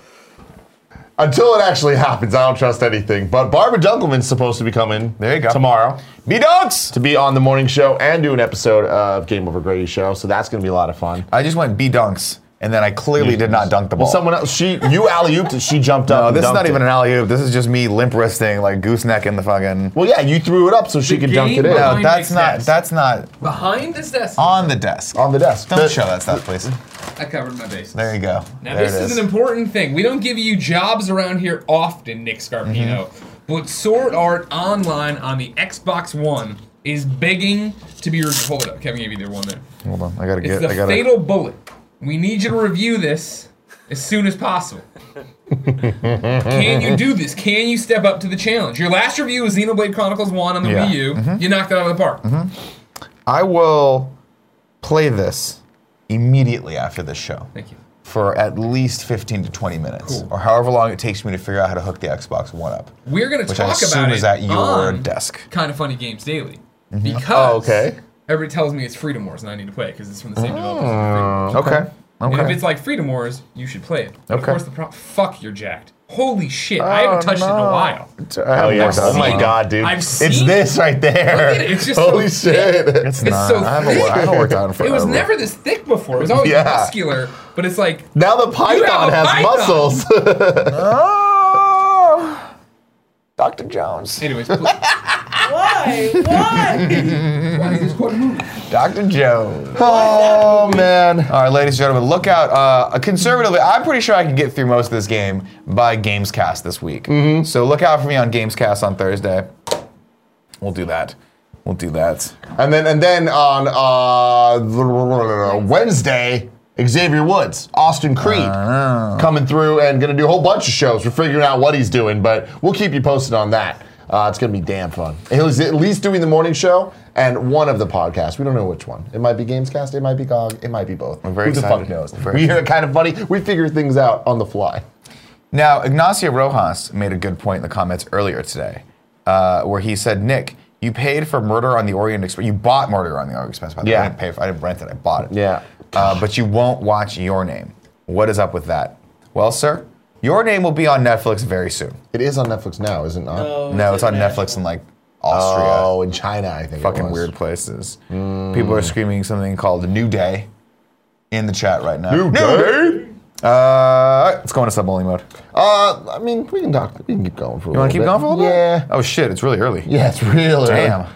Speaker 2: Until it actually happens, I don't trust anything. But Barbara Dunkelman's supposed to be coming.
Speaker 1: There you go.
Speaker 2: Tomorrow.
Speaker 1: B dogs.
Speaker 2: to be on the morning show and do an episode of Game Over Grady show. So that's going to be a lot of fun.
Speaker 1: I just went B dunks and then I clearly did not dunk the ball.
Speaker 2: Well, someone else. She, you alley ooped it. She jumped up.
Speaker 1: no,
Speaker 2: and
Speaker 1: this is
Speaker 2: dunked
Speaker 1: not
Speaker 2: it.
Speaker 1: even an alley oop. This is just me limp wristing like gooseneck in the fucking.
Speaker 2: Well, yeah, you threw it up so she
Speaker 4: The
Speaker 2: could dunk it
Speaker 4: game
Speaker 2: in
Speaker 4: behind-
Speaker 1: No, that's
Speaker 4: big
Speaker 1: not.
Speaker 4: steps.
Speaker 1: That's not
Speaker 4: Behind is this?
Speaker 1: on the desk.
Speaker 2: on the desk.
Speaker 1: Don't
Speaker 2: The-
Speaker 1: show that stuff, please.
Speaker 4: I covered my bases.
Speaker 1: There you go.
Speaker 4: Now
Speaker 1: there
Speaker 4: this
Speaker 1: it
Speaker 4: is. an important thing. We don't give you jobs around here often, Nick Scarpino.
Speaker 1: Mm-hmm.
Speaker 4: But Sword Art Online on the Xbox One is begging to be reviewed. Hold it up. Kevin gave you the one there.
Speaker 1: Hold on, I gotta
Speaker 4: It's
Speaker 1: get.
Speaker 4: the
Speaker 1: I gotta.
Speaker 4: Fatal Bullet. We need you to review this as soon as possible. Can you do this? Can you step up to the challenge? Your last review was Xenoblade Chronicles 1 on the
Speaker 1: Yeah. Mm-hmm.
Speaker 4: Wii U. You knocked it out of the park.
Speaker 1: I will play this immediately after this show
Speaker 4: Thank you.
Speaker 1: for at least 15 to 20 minutes,
Speaker 4: Cool.
Speaker 1: or however long it takes me to figure out how to hook the Xbox One up.
Speaker 4: We're going to
Speaker 1: Which I
Speaker 4: talk
Speaker 1: assume
Speaker 4: about
Speaker 1: is
Speaker 4: it
Speaker 1: at your
Speaker 4: on
Speaker 1: desk. Mm-hmm.
Speaker 4: Kind of Funny Games Daily. Because
Speaker 2: Oh, okay.
Speaker 4: everybody tells me it's Freedom Wars and I need to play it because it's from the same developers. as Freedom Wars.
Speaker 1: Oh, Okay.
Speaker 4: And if
Speaker 1: Okay.
Speaker 4: it's like Freedom Wars, you should play it. But Of
Speaker 1: Okay. Oh,
Speaker 4: course, the pro- fuck, you're jacked. Holy shit! I haven't touched it in a
Speaker 1: no. I
Speaker 4: while.
Speaker 2: Oh,
Speaker 1: haven't
Speaker 2: yeah.
Speaker 1: worked
Speaker 2: oh
Speaker 1: on
Speaker 2: my
Speaker 1: it.
Speaker 2: god, dude.
Speaker 4: I've
Speaker 2: it's
Speaker 4: seen-
Speaker 2: this right there.
Speaker 4: Look at it, it's just
Speaker 2: Holy
Speaker 4: so
Speaker 2: shit.
Speaker 1: It's
Speaker 4: It's
Speaker 1: not.
Speaker 4: so
Speaker 1: I haven't worked- I haven't worked on it
Speaker 4: It
Speaker 1: forever.
Speaker 4: was never this thick before. It was always
Speaker 2: Yeah.
Speaker 4: muscular, but it's like
Speaker 2: Now the
Speaker 4: have
Speaker 2: python
Speaker 4: a
Speaker 2: has
Speaker 4: python.
Speaker 2: muscles.
Speaker 1: Oh, Dr. Jones.
Speaker 4: Anyways, please.
Speaker 3: Why? Why?
Speaker 4: Why is this quote movie?
Speaker 1: Dr. Jones.
Speaker 2: oh man.
Speaker 1: All right, ladies and gentlemen, look out. Uh, conservatively, I'm pretty sure I can get through most of this game by Gamescast this week. So look out for me on Gamescast on Thursday. We'll do that. We'll do that.
Speaker 2: And then and then on uh, Wednesday, Xavier Woods, Austin Creed,
Speaker 1: Ah.
Speaker 2: coming through and going to do a whole bunch of shows. We're figuring out what he's doing, but we'll keep you posted on that. Uh, it's going to be damn fun. And He's at least doing the morning show and one of the podcasts. We don't know which one. It might be Gamescast. It might be GOG. It might be both.
Speaker 1: We're very
Speaker 2: Who the
Speaker 1: excited.
Speaker 2: fuck knows?
Speaker 1: We're very
Speaker 2: We hear it kind of funny. We figure things out on the fly.
Speaker 1: Now, Ignacio Rojas made a good point in the comments earlier today, uh, where he said, "Nick, you paid for Murder on the Orient Express. You bought Murder on the Orient Express. By the way,
Speaker 2: Yeah.
Speaker 1: I didn't pay for. I didn't rent it. I bought it.
Speaker 2: Yeah.
Speaker 1: Uh, but you won't watch Your Name. What is up with that? Well, sir, Your Name will be on Netflix very soon.
Speaker 2: It is on Netflix now, is it not?
Speaker 1: no, it's on Netflix in like Austria."
Speaker 2: Oh, in China, I think. it
Speaker 1: fucking
Speaker 2: was. Hmm.
Speaker 1: weird places. People are screaming something called New Day in the chat right now.
Speaker 2: New day?
Speaker 1: Uh, all right, let's go into sub only mode.
Speaker 2: Uh, I mean, we can talk. We can keep going for a
Speaker 1: You
Speaker 2: little
Speaker 1: want to keep
Speaker 2: bit.
Speaker 1: going for a little
Speaker 2: Yeah.
Speaker 1: bit? Oh shit, it's really early.
Speaker 2: Yeah, it's real.
Speaker 1: Damn.
Speaker 2: early.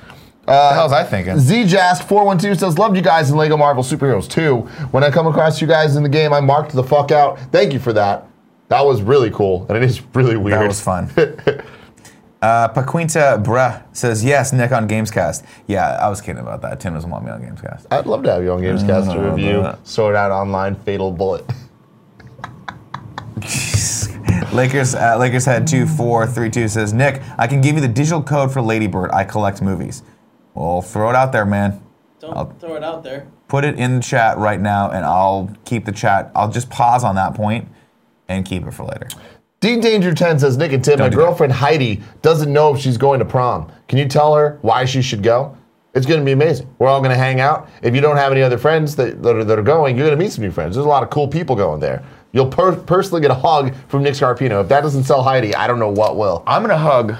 Speaker 1: what the hell was I thinking?
Speaker 2: ZJask412 says, Loved you guys in Lego Marvel Superheroes 2. When I come across you guys in the game, I marked the fuck out. Thank you for that. That was really cool, and it is really weird.
Speaker 1: That was fun. Uh, Paquinta Bruh says, yes, Nick on Gamescast. Yeah, I was kidding about that. Tim doesn't want me on Gamescast.
Speaker 2: I'd love to have you on Gamescast
Speaker 1: Mm, I don't
Speaker 2: to
Speaker 1: know
Speaker 2: review
Speaker 1: about
Speaker 2: Sword Out Online Fatal Bullet.
Speaker 1: Lakers uh, Lakers had two four three two says Nick, I can give you the digital code for Ladybird. I collect movies. Well, throw it out there, man.
Speaker 3: Don't throw it out there.
Speaker 1: put it in the chat right now and I'll keep the chat. I'll just pause on that point and keep it for later.
Speaker 2: Dean Danger 10 says, Nick and Tim, my
Speaker 1: do that.
Speaker 2: girlfriend Heidi doesn't know if she's going to prom. Can you tell her why she should go? It's going to be amazing. We're all going to hang out. If you don't have any other friends that, that, are, that are going, you're going to meet some new friends. There's a lot of cool people going there. You'll per- personally get a hug from Nick Scarpino. If that doesn't sell Heidi, I don't know what will.
Speaker 1: I'm going to hug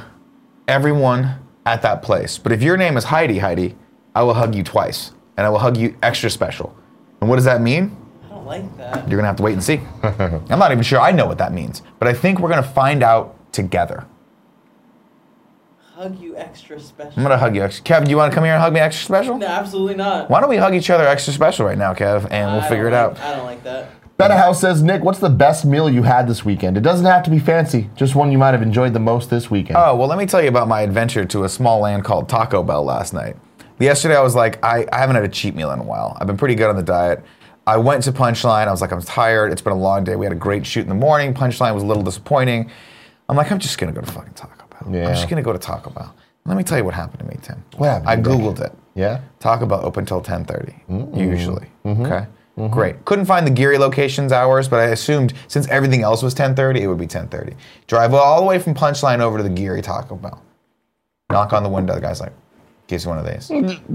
Speaker 1: everyone at that place. But if your name is Heidi, Heidi, I will hug you twice and I will hug you extra special. And what does that mean?
Speaker 3: I don't like that.
Speaker 1: You're going to have to wait and see. I'm not even sure I know what that means, but I think we're going to find out together.
Speaker 3: Hug you extra special.
Speaker 1: I'm going to hug you extra. Kev, do you want to come here and hug me extra special?
Speaker 3: No, absolutely not.
Speaker 1: Why don't we hug each other extra special right now, Kev, and we'll
Speaker 3: I
Speaker 1: figure it
Speaker 3: don't
Speaker 1: out.
Speaker 3: like- I don't like that.
Speaker 2: Betta House says, Nick, what's the best meal you had this weekend? It doesn't have to be fancy, just one you might have enjoyed the most this weekend.
Speaker 1: Oh, well, let me tell you about my adventure to a small land called Taco Bell last night. Yesterday, I was like, I, I haven't had a cheat meal in a while. I've been pretty good on the diet. I went to Punchline. I was like, I'm tired. It's been a long day. We had a great shoot in the morning. Punchline was a little disappointing. I'm like, I'm just going to go to fucking Taco Bell.
Speaker 2: Yeah.
Speaker 1: I'm just going to go to Taco Bell. Let me tell you what happened to me, Tim.
Speaker 2: What happened
Speaker 1: I
Speaker 2: to you,
Speaker 1: Googled it.
Speaker 2: yeah?
Speaker 1: Taco Bell open till 10:30 usually. Okay, great. Couldn't find the Geary locations hours, but I assumed since everything else was 10:30, it would be 10:30. Drive all the way from Punchline over to the Geary Taco Bell. Knock on the window. The guy's like, "Gives you one of these."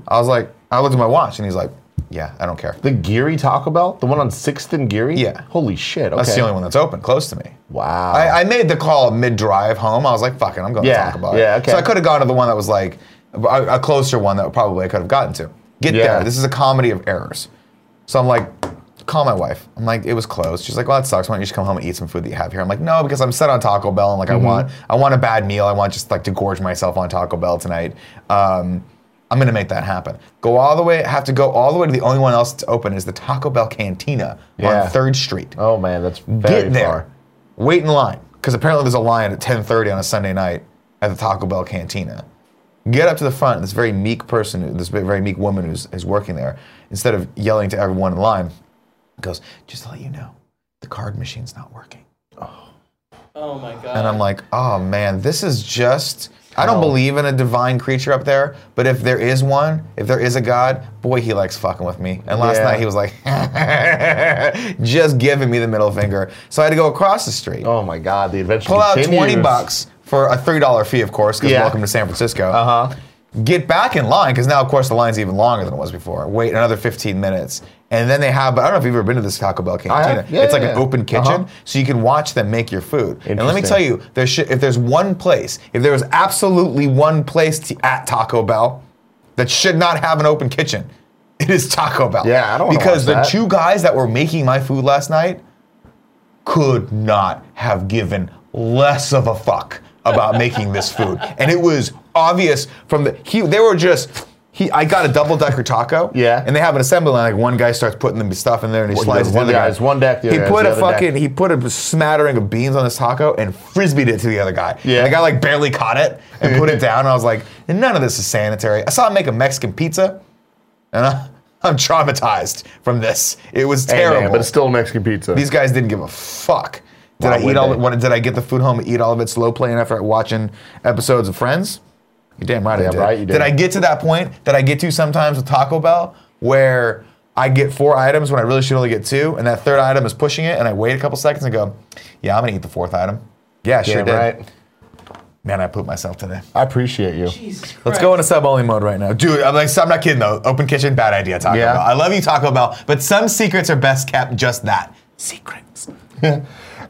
Speaker 1: I was like, I looked at my watch, and he's like, "Yeah, I don't care."
Speaker 2: The Geary Taco Bell? The one on 6th and Geary?
Speaker 1: Yeah.
Speaker 2: Holy shit. Okay.
Speaker 1: That's the only one that's open close to me.
Speaker 2: Wow.
Speaker 1: I, I made the call mid-drive home. I was like, "Fucking, I'm going
Speaker 2: Yeah,
Speaker 1: to talk about it."
Speaker 2: yeah, okay.
Speaker 1: So I could have gone to the one that was like a, a closer one that probably I could have gotten to. Get
Speaker 2: Yeah.
Speaker 1: there. This is a comedy of errors. So I'm like, call my wife. I'm like, it was closed. She's like, well, that sucks. Why don't you just come home and eat some food that you have here? I'm like, no, because I'm set on Taco Bell and like
Speaker 2: Mm-hmm.
Speaker 1: I want, I want a bad meal. I want just like to gorge myself on Taco Bell tonight. Um, I'm gonna make that happen. Go all the way. Have to go all the way to the only one else that's open is the Taco Bell Cantina
Speaker 2: Yeah.
Speaker 1: on Third Street.
Speaker 2: Oh man, that's very
Speaker 1: Get there.
Speaker 2: far.
Speaker 1: Wait in line because apparently there's a line at 10:30 on a Sunday night at the Taco Bell Cantina. Get up to the front. This very meek person, this very meek woman who's is working there, instead of yelling to everyone in line, goes, "Just to let you know, the card machine's not working."
Speaker 3: Oh my god.
Speaker 1: And I'm like, "Oh man, this is just." I don't
Speaker 2: Hell.
Speaker 1: believe in a divine creature up there, but if there is one, if there is a God, boy, he likes fucking with me. And last
Speaker 2: Yeah.
Speaker 1: night he was like, just giving me the middle finger. So I had to go across the street
Speaker 2: Oh my god, the adventure.
Speaker 1: pull out twenty
Speaker 2: continues.
Speaker 1: bucks for a three dollar fee, of course, because
Speaker 2: Yeah.
Speaker 1: welcome to San Francisco.
Speaker 2: Uh huh.
Speaker 1: Get back in line because now, of course, the line's even longer than it was before. Wait another fifteen minutes, and then they have. But I don't know if you've ever been to this Taco Bell cantina.
Speaker 2: I have. Yeah,
Speaker 1: it's like
Speaker 2: yeah,
Speaker 1: an
Speaker 2: yeah.
Speaker 1: open kitchen,
Speaker 2: Uh-huh.
Speaker 1: so you can watch them make your food. And let me
Speaker 2: Interesting.
Speaker 1: tell you, there should, if there's one place, if there was absolutely one place to, at Taco Bell that should not have an open kitchen, it is Taco Bell.
Speaker 2: Yeah, I don't wanna
Speaker 1: because
Speaker 2: watch
Speaker 1: the
Speaker 2: that.
Speaker 1: two guys that were making my food last night could not have given less of a fuck about making this food. And it was obvious from the he they were just he I got a double decker taco.
Speaker 2: Yeah.
Speaker 1: And they have an assembly line, like one guy starts putting the stuff in there and he
Speaker 2: One-
Speaker 1: slices
Speaker 2: one
Speaker 1: the other
Speaker 2: guy's one deck, the
Speaker 1: he
Speaker 2: other
Speaker 1: put
Speaker 2: guy's
Speaker 1: a
Speaker 2: the other deck.
Speaker 1: fucking he put a smattering of beans on this taco and frisbeed it to the other guy.
Speaker 2: Yeah.
Speaker 1: And the guy like barely caught it and put it down. And I was like, none of this is sanitary. I saw him make a Mexican pizza and I, I'm traumatized from this. It was
Speaker 2: Hey, man,
Speaker 1: terrible.
Speaker 2: but it's still Mexican pizza.
Speaker 1: These guys didn't give a fuck. Did
Speaker 2: Why
Speaker 1: I eat
Speaker 2: would
Speaker 1: all?
Speaker 2: they?
Speaker 1: What, did I get the food home and eat all of it slow playing after watching episodes of Friends? You damn right I
Speaker 2: Damn
Speaker 1: did.
Speaker 2: right you did.
Speaker 1: I get to that point that I get to sometimes with Taco Bell where I get four items when I really should only get two, and that third item is pushing it, and I wait a couple seconds and go, "Yeah, I'm gonna eat the fourth item." Yeah, sure
Speaker 2: Damn
Speaker 1: did.
Speaker 2: right.
Speaker 1: Man, I pooped myself today.
Speaker 2: I appreciate you.
Speaker 3: Jesus Christ.
Speaker 1: Let's go into sub only mode right now, dude. I'm like, I'm not kidding though. Open kitchen, bad idea, Taco
Speaker 2: Yeah.
Speaker 1: Bell. I love you, Taco Bell, but some secrets are best kept just that secrets.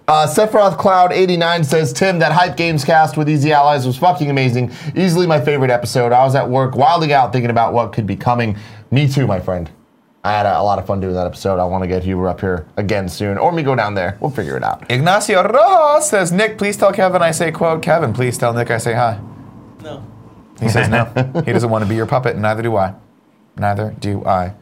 Speaker 2: Uh, Sephiroth Cloud 89 says, Tim, that Hype Games cast with Easy Allies was fucking amazing. Easily my favorite episode. I was at work wilding out thinking about what could be coming. Me too, my friend. I had a, a lot of fun doing that episode. I want to get you up here again soon, or me go down there. We'll figure it out.
Speaker 1: Ignacio Rojas says, Nick, please tell Kevin I say quote. Kevin, please tell Nick I say hi.
Speaker 3: No.
Speaker 1: He says no. he doesn't want to be your puppet, and neither do I. Neither do I.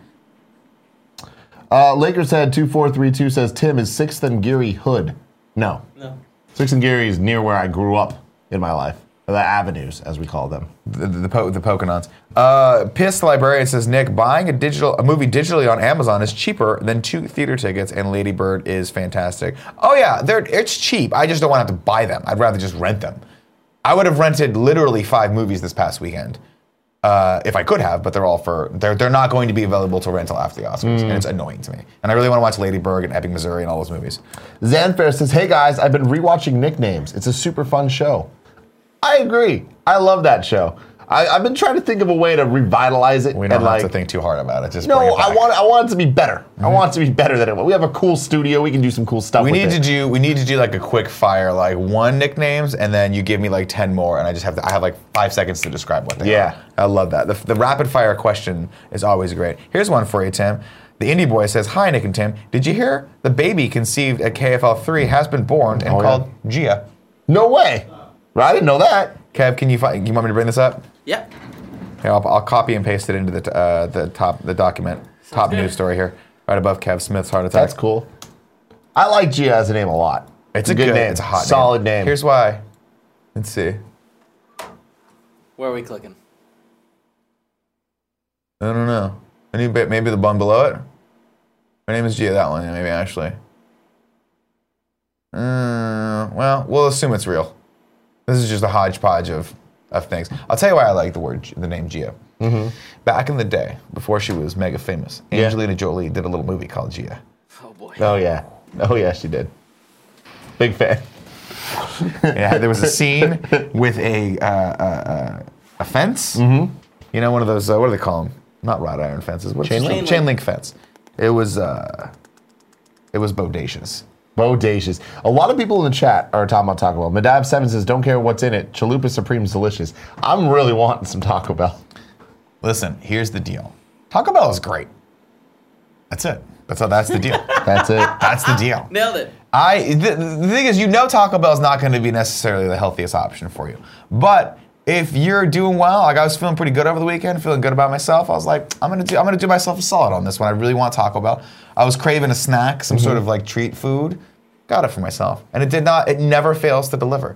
Speaker 2: Uh, Lakers head 2432 says, Tim is sixth and Geary Hood. No.
Speaker 3: No.
Speaker 2: Sixth and Geary is near where I grew up in my life. The avenues, as we call them.
Speaker 1: The, the, po- the Pokenons. Uh, Piss Librarian says, Nick, buying a digital a movie digitally on Amazon is cheaper than two theater tickets, and Lady Bird is fantastic. Oh, yeah, they're, it's cheap. I just don't want to have to buy them. I'd rather just rent them. I would have rented literally five movies this past weekend. uh, if I could have, but they're all for they're they're not going to be available to rental after the Oscars, and
Speaker 2: Mm.
Speaker 1: it's annoying to me. And I really want to watch Lady Bird and Ebbing, Missouri, and all those movies.
Speaker 2: Zanfair says, Hey guys, I've been rewatching Nicknames. It's a super fun show. I agree. I love that show. I, I've been trying to think of a way to revitalize it.
Speaker 1: We
Speaker 2: and,
Speaker 1: don't have
Speaker 2: like,
Speaker 1: to think too hard about it. Just
Speaker 2: No,
Speaker 1: bring it
Speaker 2: I
Speaker 1: back. Mm-hmm.
Speaker 2: want I want it to be better. I want it to be better than it was. We have a cool studio. We can do some cool stuff.
Speaker 1: We
Speaker 2: with
Speaker 1: need to
Speaker 2: it.
Speaker 1: do we need to do like a quick fire, like one nicknames, and then you give me like ten more, and I just have to I have like five seconds to describe what they
Speaker 2: Yeah.
Speaker 1: are. I love that. The, the rapid fire question is always great. Here's one for you, Tim. The indie boy says, "Hi, Nick and Tim. Did you hear the baby conceived at KFL three has been born and
Speaker 2: Oh, yeah.
Speaker 1: called Gia?
Speaker 2: No way. Right? I didn't know that.
Speaker 1: Kev, can you find? You want me to bring this up?
Speaker 3: Yeah.
Speaker 1: Here, I'll, I'll copy and paste it into the, t- uh, the top the document top
Speaker 4: good.
Speaker 1: news story here, right above Kev Smith's heart attack.
Speaker 2: That's cool. I like Gia as a name a lot.
Speaker 1: It's a good,
Speaker 2: name.
Speaker 1: It's a hot
Speaker 2: solid name.
Speaker 1: Here's why. Let's see.
Speaker 3: Where are we clicking?
Speaker 1: I don't know. Any bit, maybe the bun below it. My name is Gia. That one. yeah, Maybe Ashley. Uh, well, we'll assume it's real. This is just a hodgepodge of of things. I'll tell you why I like the word the name Gia. Back in the day, before she was mega famous,
Speaker 2: Mm-hmm. Yeah.
Speaker 1: Angelina Jolie did a little movie called Gia.
Speaker 3: Oh boy.
Speaker 2: oh yeah. Oh yeah, she did. Big fan.
Speaker 1: Yeah, there was a scene with a uh, uh, uh, a fence. Mm-hmm. You know, one of those. Uh, what do they call them? Not wrought iron fences. What's
Speaker 2: Chain
Speaker 1: this-
Speaker 3: link?
Speaker 1: Chain link fence. It was. Uh, it was bodacious.
Speaker 2: Bodacious. A lot of people in the chat are talking about Taco Bell. Madab Seven says, "Don't care what's in it. Chalupa Supreme is delicious." I'm really wanting some Taco Bell.
Speaker 1: Listen, here's the deal. Taco Bell is great. That's it. That's how. That's the deal.
Speaker 2: That's it.
Speaker 1: that's the deal.
Speaker 3: Nailed it.
Speaker 1: I the, the thing is, you know, Taco Bell's not going to be necessarily the healthiest option for you. But if you're doing well, like I was feeling pretty good over the weekend, feeling good about myself, I was like, I'm gonna do, I'm gonna do myself a solid on this one. I really want Taco Bell. I was craving a snack,
Speaker 2: Mm-hmm.
Speaker 1: some sort of like treat food. Got it for myself, and it did not. It never fails to deliver.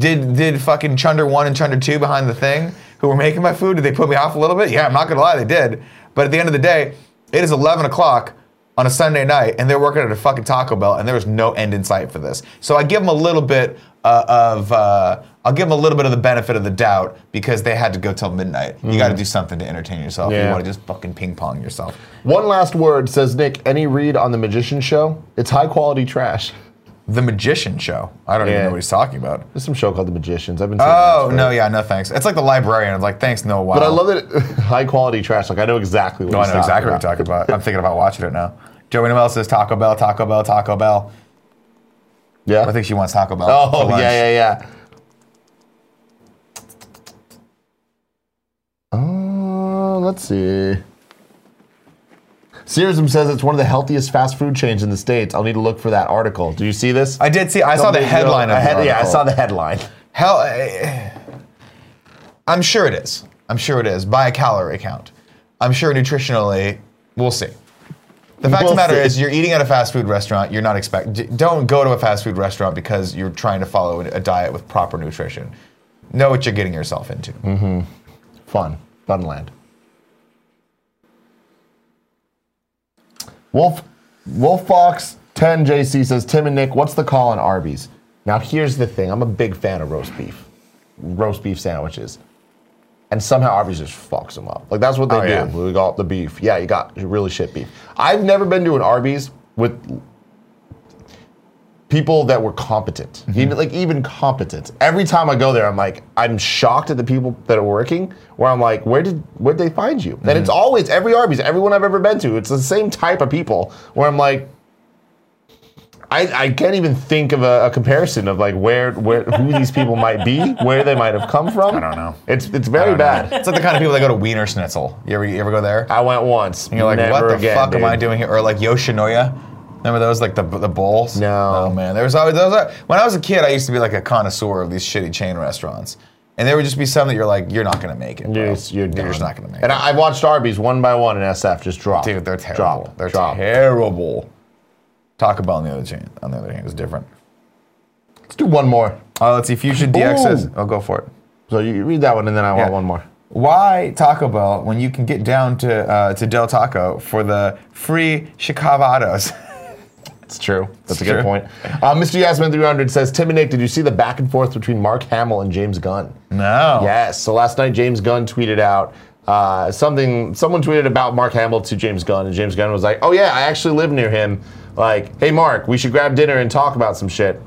Speaker 1: Did did fucking Chunder one and Chunder two behind the thing who were making my food? Did they put me off a little bit? Yeah, I'm not gonna lie, they did. But at the end of the day, it is 11 o'clock on a Sunday night, and they're working at a fucking Taco Bell, and there was no end in sight for this. So I give them a little bit uh, of uh, I'll give them a little bit of the benefit of the doubt because they had to go till midnight. You got to do something to entertain yourself. You
Speaker 2: Mm. Yeah.
Speaker 1: want to just fucking ping pong yourself.
Speaker 2: One last word says Nick. Any read on the Magician Show? It's high quality trash.
Speaker 1: The Magician Show. I don't even
Speaker 2: Yeah.
Speaker 1: know what he's talking about.
Speaker 2: There's some show called The Magicians. I've been. seeing
Speaker 1: Oh
Speaker 2: ads for
Speaker 1: no,
Speaker 2: it.
Speaker 1: yeah, no thanks. It's like the librarian. It's like thanks, no. Wow.
Speaker 2: But I love that it, high quality trash. Like I know exactly what.
Speaker 1: No,
Speaker 2: he's
Speaker 1: I know exactly what
Speaker 2: talking
Speaker 1: you're talking about. I'm thinking about watching it now. Joey Noel says Taco Bell, Taco Bell, Taco Bell.
Speaker 2: Yeah.
Speaker 1: I think she wants Taco Bell. for
Speaker 2: Oh
Speaker 1: lunch.
Speaker 2: yeah, yeah, yeah. Uh, let's see. Searsum says it's one of the healthiest fast food chains in the states. I'll need to look for that article. Do you see this?
Speaker 1: I did see. I saw the headline of
Speaker 2: I had-
Speaker 1: the
Speaker 2: Yeah, I
Speaker 1: article.
Speaker 2: saw the headline.
Speaker 1: Hell, eh, I'm sure it is. I'm sure it is by a calorie count. I'm sure nutritionally, we'll see. The fact of
Speaker 2: We'll
Speaker 1: the matter
Speaker 2: see.
Speaker 1: is, you're eating at a fast food restaurant. You're not expect. d- Don't go to a fast food restaurant because you're trying to follow a diet with proper nutrition. Know what you're getting yourself into.
Speaker 2: Mm. Fun, Funland. Wolf, Wolf Fox 10 JC says Tim and Nick, what's the call on Arby's? Now here's the thing. I'm a big fan of roast beef, roast beef sandwiches, and somehow Arby's just fucks them up. Like that's what they
Speaker 1: Oh,
Speaker 2: do.
Speaker 1: yeah.
Speaker 2: We got the beef. Yeah, you got really shit beef. I've never been to an Arby's with people that were competent,
Speaker 1: Mm-hmm.
Speaker 2: even like even competent. Every time I go there, I'm like, I'm shocked at the people that are working. Where I'm like, where did where would they find you? And
Speaker 1: Mm-hmm.
Speaker 2: it's always every Arby's, everyone I've ever been to, it's the same type of people. Where I'm like. I, I can't even think of a, a comparison of like where where who these people might be, where they might have come from. I
Speaker 1: don't know.
Speaker 2: It's it's very
Speaker 1: I don't know.
Speaker 2: bad.
Speaker 1: It's like the kind of people that go to Wiener Schnitzel. You ever, you ever go there?
Speaker 2: I went once.
Speaker 1: And you're like,
Speaker 2: never
Speaker 1: what the
Speaker 2: again,
Speaker 1: fuck am I
Speaker 2: dude."
Speaker 1: doing here? Or like Yoshinoya. Remember those, like the the bowls?
Speaker 2: No.
Speaker 1: Oh man, there was always those. Are, when I was a kid, I used to be like a connoisseur of these shitty chain restaurants, and there would just be some that you're like, you're not gonna make it. bro.
Speaker 2: You're, just- you're,
Speaker 1: just
Speaker 2: done.
Speaker 1: not gonna make
Speaker 2: And
Speaker 1: it.
Speaker 2: I, I watched Arby's one by one in SF just drop.
Speaker 1: Dude, they're terrible.
Speaker 2: Drop.
Speaker 1: they're
Speaker 2: drop.
Speaker 1: terrible. Taco Bell on the other chain, on the other hand, is different.
Speaker 2: Let's do one more.
Speaker 1: Uh, let's see. Fusion DX says,
Speaker 2: Ooh.
Speaker 1: "I'll Oh, go for it."
Speaker 2: So you you read that one, and then I want
Speaker 1: Yeah.
Speaker 2: one more.
Speaker 1: Why Taco Bell when you can get down to uh, to Del Taco for the free Chicabados?
Speaker 2: It's true. That's
Speaker 1: It's
Speaker 2: a good
Speaker 1: true.
Speaker 2: point. Uh, Mr. Yasmin 300 says, Tim and Nick, did you see the back and forth between Mark Hamill and James Gunn?
Speaker 1: no.
Speaker 2: Yes. So last night, James Gunn tweeted out uh, something. Someone tweeted about Mark Hamill to James Gunn, and James Gunn was like, "Oh yeah, I actually live near him. Like, hey Mark, we should grab dinner and talk about some shit."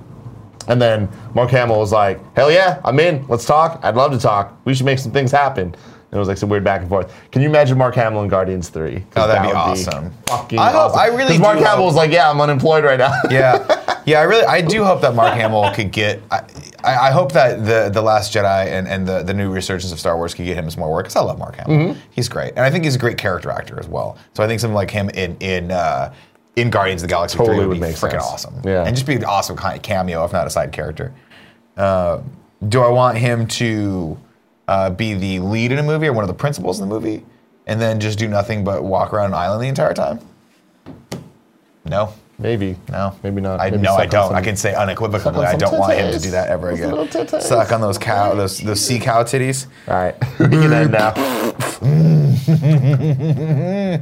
Speaker 2: And then Mark Hamill was like, "Hell yeah, I'm in. Let's talk. I'd love to talk. We should make some things happen." And it was like some weird back and forth. Can you imagine Mark Hamill in Guardians Three? 'Cause
Speaker 1: Oh, that'd be
Speaker 2: would
Speaker 1: awesome.
Speaker 2: fucking
Speaker 1: I hope-
Speaker 2: awesome.
Speaker 1: I really
Speaker 2: 'Cause Mark
Speaker 1: do hope-
Speaker 2: Hamill was like, "Yeah, I'm unemployed right now."
Speaker 1: yeah, yeah. I really, I do hope that Mark Hamill could get. I, I I hope that the the Last Jedi and, and the, the new resurgence of Star Wars could get him some more work because I love Mark Hamill.
Speaker 2: Mm-hmm.
Speaker 1: He's great, and I think he's a great character actor as well. So I think something like him in in uh, in Guardians of the Galaxy
Speaker 2: Totally
Speaker 1: 3 would,
Speaker 2: would
Speaker 1: be
Speaker 2: make
Speaker 1: freaking
Speaker 2: sense.
Speaker 1: awesome.
Speaker 2: Yeah.
Speaker 1: and just be an awesome kind of cameo, if not a side character. Uh, do I want him to uh, be the lead in a movie or one of the principals in the movie, and then just do nothing but walk around an island the entire time? No.
Speaker 2: Maybe.
Speaker 1: No,
Speaker 2: Maybe not.
Speaker 1: I
Speaker 2: Maybe
Speaker 1: no,
Speaker 2: suck
Speaker 1: I
Speaker 2: on
Speaker 1: don't. I
Speaker 2: some-
Speaker 1: can say unequivocally,
Speaker 2: on
Speaker 1: I
Speaker 2: some
Speaker 1: don't want him to
Speaker 2: titties.
Speaker 1: do that ever
Speaker 2: Those
Speaker 1: again.
Speaker 2: little titties.
Speaker 1: Suck on those cow, those those sea cow titties.
Speaker 2: All right. We can end now.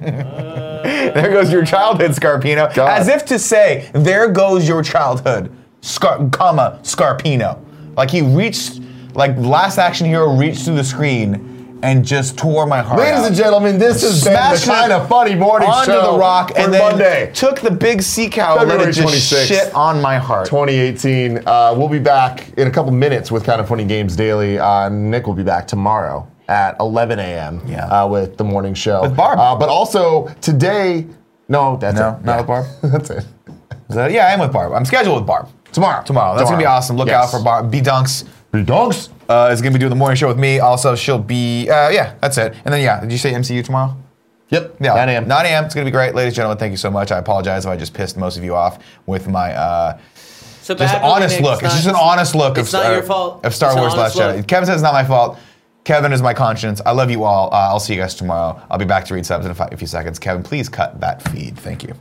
Speaker 1: There goes your childhood, Scarpino.
Speaker 2: God.
Speaker 1: As if to say, there goes your childhood, Scar- comma Scarpino. Like he reached, like last action hero reached through the screen and just tore my heart.
Speaker 2: Ladies
Speaker 1: out.
Speaker 2: and gentlemen, this has been the
Speaker 1: Smash it
Speaker 2: kind of funny morning
Speaker 1: onto
Speaker 2: show
Speaker 1: the rock
Speaker 2: for
Speaker 1: and then
Speaker 2: Monday,
Speaker 1: took the big sea cow and let
Speaker 2: February
Speaker 1: it just
Speaker 2: 26th.
Speaker 1: shit on my heart.
Speaker 2: 2018. Uh, we'll be back in a couple minutes with Kind of Funny Games Daily. Uh, Nick will be back tomorrow at 11 a.m.
Speaker 1: Yeah.
Speaker 2: Uh, with the morning show.
Speaker 1: With Barb.
Speaker 2: Uh, but also today, no, that's
Speaker 1: No,
Speaker 2: it.
Speaker 1: not with Barb?
Speaker 2: that's it.
Speaker 1: So, uh, yeah, I am with Barb. I'm scheduled with Barb.
Speaker 2: Tomorrow.
Speaker 1: Tomorrow. That's gonna be awesome. Look out for Barb B Dunks.
Speaker 2: Barb. Dogs.
Speaker 1: Uh, is gonna be doing the morning show with me. Also, she'll be uh, yeah, that's it. And then yeah, did you say MCU tomorrow?
Speaker 2: Yep.
Speaker 1: Yeah,
Speaker 2: 9 a.m.
Speaker 1: 9 a.m. It's gonna be great, ladies and gentlemen. Thank you so much. I apologize if I just pissed most of you off with my uh,
Speaker 3: So
Speaker 1: just
Speaker 3: bad
Speaker 1: honest
Speaker 3: Nick,
Speaker 1: look. It's, just an honest look
Speaker 3: It's
Speaker 1: of,
Speaker 3: not
Speaker 1: uh,
Speaker 3: your fault.
Speaker 1: of Star
Speaker 3: It's an
Speaker 1: Wars Last
Speaker 3: honest
Speaker 1: Jedi.
Speaker 3: look.
Speaker 1: Kevin says it's not my fault. Kevin is my conscience. I love you all. Uh, I'll see you guys tomorrow. I'll be back to read subs in a, fi- a few seconds. Kevin, please cut that feed. Thank you.